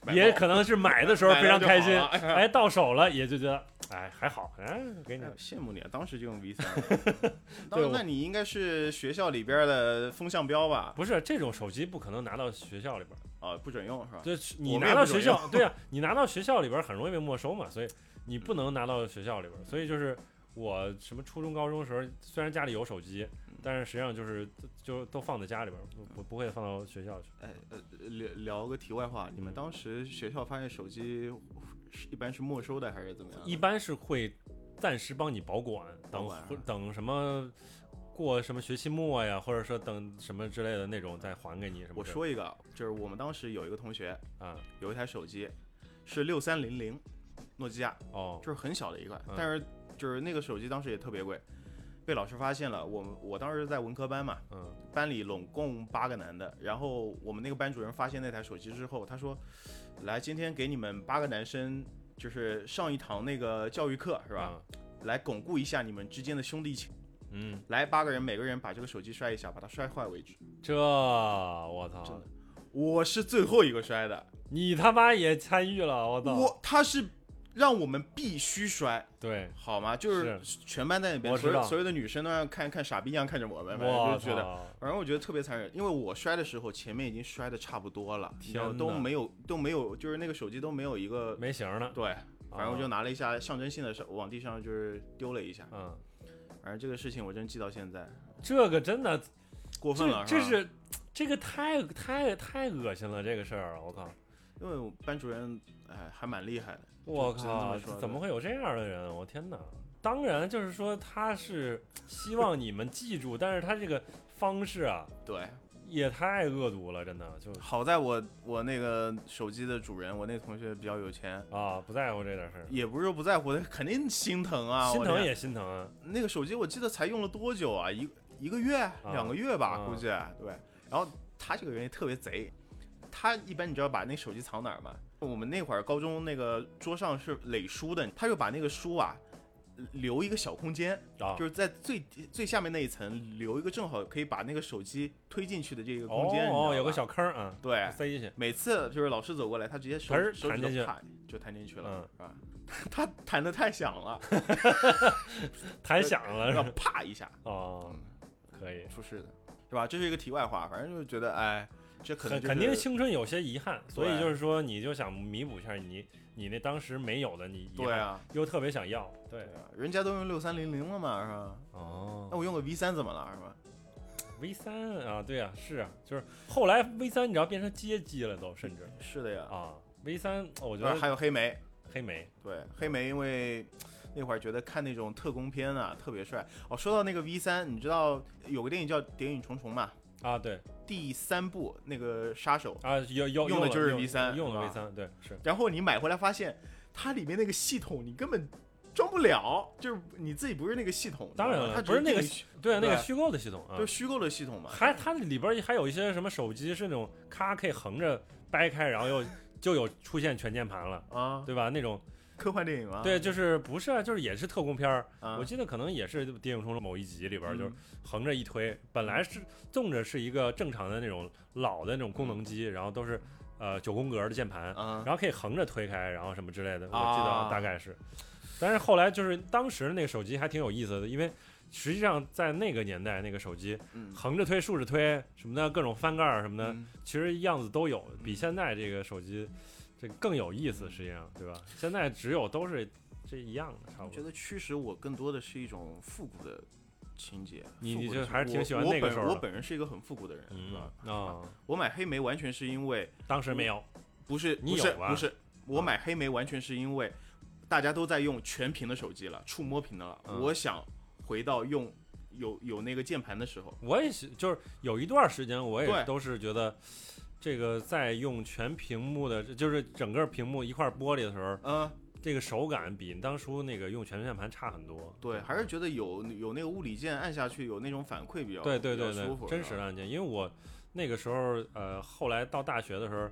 B: 买
A: 也
B: 爆
A: 可能是买的时候
B: 买
A: 非
B: 了
A: 常
B: 就
A: 开
B: 好
A: 心
B: 了，
A: 哎，到手了也就觉得，哎，还好，哎，给你
B: 哎，羡慕你啊！当时就 用 V 三，
A: 对
B: 当
A: 我
B: 那你应该是学校里边的风向标吧？
A: 不是这种手机不可能拿到学校里边儿，
B: 啊，不准用是吧？
A: 就是你
B: 我们
A: 拿
B: 也
A: 到
B: 不
A: 学
B: 准
A: 校， 对啊，你拿到学校里边儿很容易被没收嘛，所以你不能拿到学校里边儿，所以就是。我什么初中、高中时候，虽然家里有手机，
B: 嗯
A: 但是实际上就是就都放在家里边儿，不不会放到学校去。
B: 哎，呃，聊聊个题外话，你们
A: 嗯
B: 当时学校发现手机是一般是没收的还是怎么样？
A: 一般是会暂时帮你保管，
B: 保
A: 等
B: 管啊
A: 或等什么过什么学期末呀，或者说等什么之类的那种再还给你什么
B: 我
A: 的。
B: 说一个，就是我们当时有一个同学
A: 啊，
B: 有一台手机，是六三零零，诺基亚，
A: 哦，
B: 就是很小的一块
A: 嗯，
B: 但是就是那个手机当时也特别贵，被老师发现了。我们我当时在文科班嘛，
A: 嗯，
B: 班里拢共八个男的，然后我们那个班主任发现那台手机之后，他说：“来，今天给你们八个男生就是上一堂那个教育课，是吧？来巩固一下你们之间的兄弟情。
A: 啊嗯？
B: 来，八个人每个人把这个手机摔一下，把它摔坏为止。
A: 嗯，这我
B: 真
A: 操
B: 的，，我是最后一个摔的，
A: 你他妈也参与了，我操！
B: 我他是让我们必须摔。”
A: 对，
B: 好吗？就是全班在那边，
A: 我
B: 所
A: 知道
B: 有所有的女生都像看看傻逼一样看着我们，反正
A: 我
B: 就觉得，
A: 操，
B: 反正我觉得特别残忍，因为我摔的时候前面已经摔的差不多了，
A: 天哪
B: 然后都没有都没有，就是那个手机都没有一个
A: 没型了，
B: 对，反正我就
A: 啊
B: 拿了一下象征性的往地上就是丢了一下，
A: 嗯，
B: 反正这个事情我真记到现在，
A: 这个真的
B: 过分
A: 这
B: 了，
A: 这
B: 吧
A: 是这个太太太恶心了，这个事儿，啊我靠，
B: 因为我班主任哎还蛮厉害的，
A: 我
B: 只能这
A: 靠
B: 么说，
A: 怎么会有这样的人？啊我天哪！当然，就是说他是希望你们记住，但是他这个方式啊，
B: 对，
A: 也太恶毒了，真的就
B: 好在我我那个手机的主人，我那同学比较有钱。
A: 啊不在乎这点事儿，
B: 也不是说不在乎，他肯定心疼 啊！
A: 心
B: 我天
A: 疼也心疼啊。
B: 那个手机我记得才用了多久啊？一一个月、两个月吧，
A: 啊
B: 估计。对，然后他这个人也特别贼，他一般你知道把那手机藏哪儿吗？我们那会儿高中那个桌上是垒书的，他就把那个书啊留一个小空间，
A: 啊
B: 就是在最最下面那一层留一个正好可以把那个手机推进去的这个空间。你知道
A: 哦，
B: 吧哎
A: 有个小坑儿啊，
B: 对。
A: 塞进去。
B: 每次就是老师走过来，他直接手
A: 嘚儿
B: 手
A: 弹
B: 指
A: 进去嗯
B: 头弹就弹进去了，是吧？ 他弹的太响了，
A: 弹响了是
B: 然
A: 吧？
B: 后啪一下，
A: 哦，
B: 嗯
A: 可以，
B: 出事的，是吧？这是一个题外话，反正就是觉得，哎，这可能、
A: 肯
B: 就是、
A: 肯定青春有些遗憾，所以
B: 对
A: 就是说你就想弥补一下你你那当时没有的你遗
B: 对
A: 憾，
B: 啊，
A: 又特别想要，对
B: 对，啊，人家都用六三零零了嘛，是吧？那
A: 哦
B: 我用个 V 三怎么了，是吧？
A: ，V 三啊，对啊，是啊，就是后来 V 三你知道变成街机了都，甚至
B: 是的呀，
A: 啊，V 三我觉
B: 对，
A: 得
B: 嗯还有黑莓，
A: 黑莓
B: 对，黑莓因为那会儿觉得看那种特工片啊特别帅。哦，说到那个 V 三，你知道有个电影叫《谍影重重》嘛？
A: 啊，对
B: 第三部那个杀手，
A: 啊，有有
B: 用的
A: 了
B: 就是
A: 用
B: V3
A: 用了
B: 是
A: V
B: 吧
A: 三，对是，
B: 然后你买回来发现它里面那个系统你根本。装不了，就是你自己不是那个系统，
A: 当然了
B: 它
A: 不是那个
B: 就
A: 对啊那个
B: 对
A: 虚构的系统啊
B: 是，虚构的系统嘛，
A: 还它里边儿还有一些什么手机是那种咔可以横着掰开，然后又就有出现全键盘了，
B: 啊，
A: 对吧？那种
B: 科幻电影啊，
A: 对，就是不是啊就是也是特工片儿，
B: 啊，
A: 我记得可能也是《谍影重重》某一集里边儿就是
B: 嗯
A: 横着一推，本来是纵着是一个正常的那种老的那种功能机，然后都是呃九宫格的键盘，
B: 嗯啊
A: 然，后可以横着推开，然后什么之类的，我记得
B: 啊
A: 大概是。但是后来就是当时那个手机还挺有意思的，因为实际上在那个年代，那个手机
B: 嗯，
A: 横着推、竖着推什么的，各种翻盖儿什么的，
B: 嗯
A: 其实样子都有，比现在这个手机这个更有意思，实际上对吧？现在只有都是这一样的，差
B: 我
A: 不
B: 觉
A: 多。
B: 得驱使我更多的是一种复古的情节。
A: 你
B: 复
A: 你
B: 古的
A: 就
B: 情节
A: 还是挺喜欢
B: 我
A: 那个时候
B: 我本。
A: 的
B: 我本人是一个很复古的人，是
A: 嗯
B: 吧？
A: 啊，
B: 我买黑莓完全是因为
A: 当时没有
B: 不是
A: 哦你
B: 不是
A: 有啊吧
B: 不是，我买黑莓完全是因为大家都在用全屏的手机了，触摸屏的了，
A: 嗯
B: 我想回到用有有那个键盘的时候。
A: 我也是，就是有一段时间，我也
B: 对
A: 都是觉得，这个在用全屏幕的，就是整个屏幕一块玻璃的时候，
B: 嗯，
A: 这个手感比当初那个用全键盘差很多。
B: 对，还是觉得有有那个物理键按下去有那种反馈比较
A: 对对对
B: 比较舒
A: 对，
B: 服，
A: 真实的
B: 的。
A: 按键。因为我那个时候，呃，后来到大学的时候，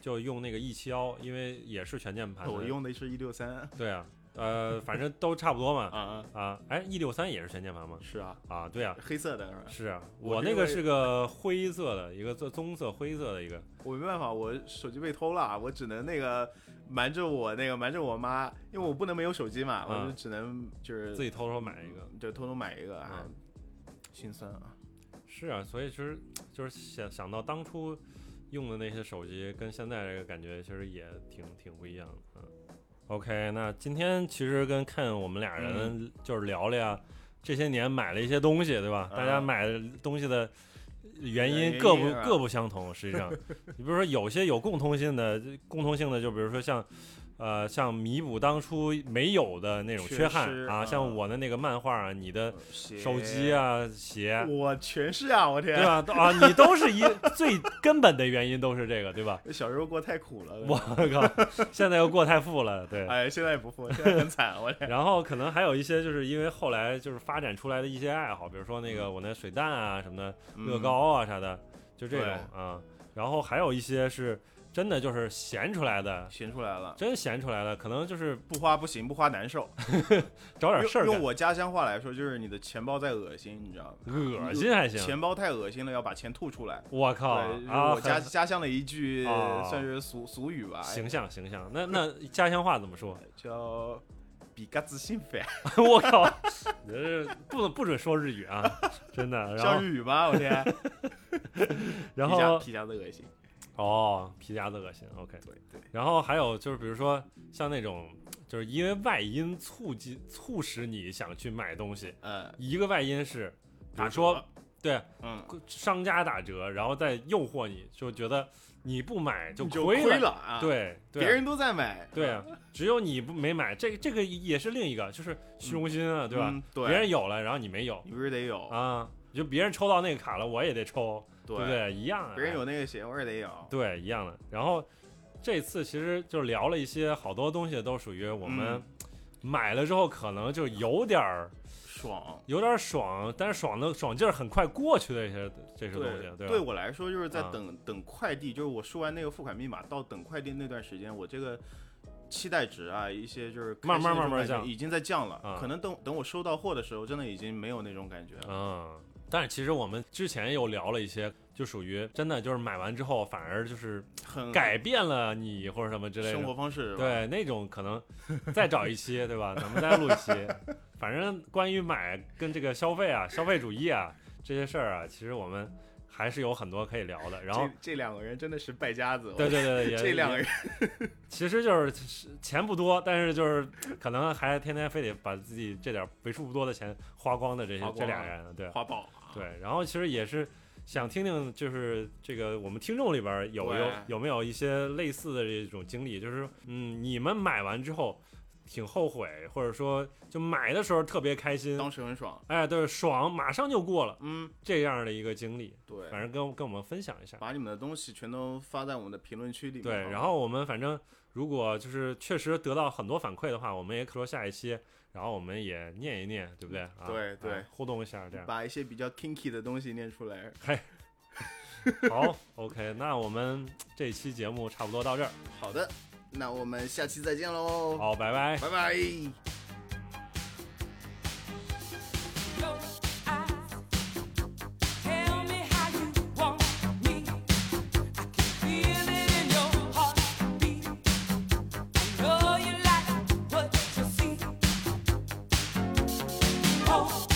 A: 就用那个 E 七幺，因为也是全键盘的。
B: 我用的是一六三
A: 对啊，呃，反正都差不多嘛。
B: 啊，
A: 啊，哎，E 六三也是全键盘吗？
B: 是啊，
A: 啊，对啊，
B: 黑色的是吧？
A: 是啊，
B: 我
A: 我
B: 是
A: 那个
B: 因为
A: 是个灰色的，一个棕棕色灰色的一个。
B: 我没办法，我手机被偷了，我只能那个瞒着我那个瞒着我妈，因为我不能没有手机嘛，
A: 嗯
B: 我就只能就是
A: 自己偷偷买一个。
B: 就嗯偷偷买一个，啊
A: 嗯，
B: 心酸啊。
A: 是啊，所以其实就是想想到当初用的那些手机，跟现在这个感觉其实也挺挺不一样的。嗯，OK，那今天其实跟看我们俩人
B: 嗯
A: 就是聊了呀，这些年买了一些东西，对吧？大家
B: 啊
A: 买的东西的。原因
B: 原
A: 各
B: 因
A: 不
B: 是吧
A: 各不相同，实际上，你比如说有些有共通性的，共通性的就比如说像，呃，像弥补当初没有的那种
B: 缺
A: 缺憾
B: 失
A: 啊，
B: 啊
A: 像我的那个漫画啊，你的
B: 鞋
A: 手机，啊、鞋，
B: 我全是啊，我天，
A: 对吧？都啊，你都是一 最根本的原因都是这个，对吧？
B: 小时候过太苦了，
A: 我靠，现在又过太富了，对。
B: 哎，现在也不富，现在很惨，我 天，
A: 然后可能还有一些，就是因为后来就是发展出来的一些爱好，比如说那
B: 嗯
A: 个我那水弹啊什么的，乐高啊啥的，就这种啊。然后还有一些是真的就是闲出来的
B: 嗯，闲出来了。
A: 真闲出来的，可能就是
B: 不花不行，不花难受。
A: 找点事
B: 用
A: 儿
B: 用
A: 干，
B: 我家乡话来说，就是你的钱包在恶心，你知道吗？
A: 恶心还行。
B: 钱包太恶心了，要把钱吐出来。
A: 我靠
B: 对，
A: 啊，
B: 我家
A: 很
B: 家乡的一句
A: 啊
B: 算是俗俗语吧，哎
A: 形象形象。那那家乡话怎么说？
B: 叫“比嘎子兴奋
A: 我靠，你这是不不准说日语啊，真”，的。然
B: 像
A: 后
B: 日语吧，我天。
A: 然
B: 皮夹
A: 后
B: 皮夹子恶心。
A: 哦，皮夹子恶心，OK。
B: 对对，
A: 然后还有就是，比如说像那种，就是因为外因促进促使你想去买东西，
B: 嗯，
A: 一个外因是，比
B: 打
A: 如
B: 折
A: 说，对
B: 嗯，
A: 商家打折，然后再诱惑你，就觉得你不买就
B: 你就
A: 亏了，
B: 了啊。，
A: 对对。
B: 别人都在买。嗯
A: 对啊，只有你不没买，这个这个也是另一个，就是虚荣心啊，对吧？
B: 嗯对，
A: 别人有了，然后你没有
B: 你不是得有？
A: 啊，就别人抽到那个卡了，我也得抽，对不
B: 哦对，
A: 对？一样、啊，
B: 别人有那个鞋，我也得有。
A: 对，一样的。然后这次其实就聊了一些好多东西，都属于我们
B: 嗯
A: 买了之后可能就有点儿
B: 爽。
A: 有点儿爽，但是爽的爽劲儿很快过去的一些这些东西，
B: 对，
A: 对
B: 对
A: 吧？
B: 我来说就是在
A: 啊
B: 等等快递，就是我输完那个付款密码到等快递那段时间，我这个期待值啊，一些就是开
A: 慢
B: 心的
A: 慢慢慢
B: 这种感觉
A: 降
B: 已经在降了
A: 啊。
B: 可能等等我收到货的时候，真的已经没有那种感觉了。
A: 嗯，但是其实我们之前又聊了一些，就属于真的就是买完之后反而就是
B: 很
A: 改变了你或者什么之类
B: 生活
A: 的。
B: 方式是吧，
A: 对，那种可能再找一期，对吧？咱们再录一期。反正关于买跟这个消费啊、消费主义啊这些事儿啊，其实我们还是有很多可以聊的。然后
B: 这这两个人真的是败家子。
A: 对对对，也
B: 这两个人。
A: 其实就是是钱不多，但是就是可能还天天非得把自己这点为数不多的钱花光的这
B: 花
A: 些
B: 光
A: 这俩人，对
B: 花豹，
A: 对。然后其实也是想听听，就是这个我们听众里边有
B: 对
A: 有有没有一些类似的这种经历，就是嗯，你们买完之后挺后悔，或者说就买的时候特别开心，
B: 当时很爽。
A: 哎，对，爽，马上就过了
B: 嗯，
A: 这样的一个经历，
B: 对，
A: 反正跟跟我们分享一下。
B: 把你们的东西全都发在我们的评论区里面。
A: 对，然
B: 后
A: 后我们反正如果就是确实得到很多反馈的话，我们也可说下一期，然后我们也念一念，对不对？啊、
B: 对对
A: 哎互动一下这样。
B: 把一些比较 kinky 的东西念出来。
A: 好，OK，那我们这期节目差不多到这儿，
B: 好的，那我们下期再见喽，
A: 好，拜拜。
B: 拜拜。
C: Tell me how you want me. I can feel it in your heartbeat. I know you like what you see. Oh,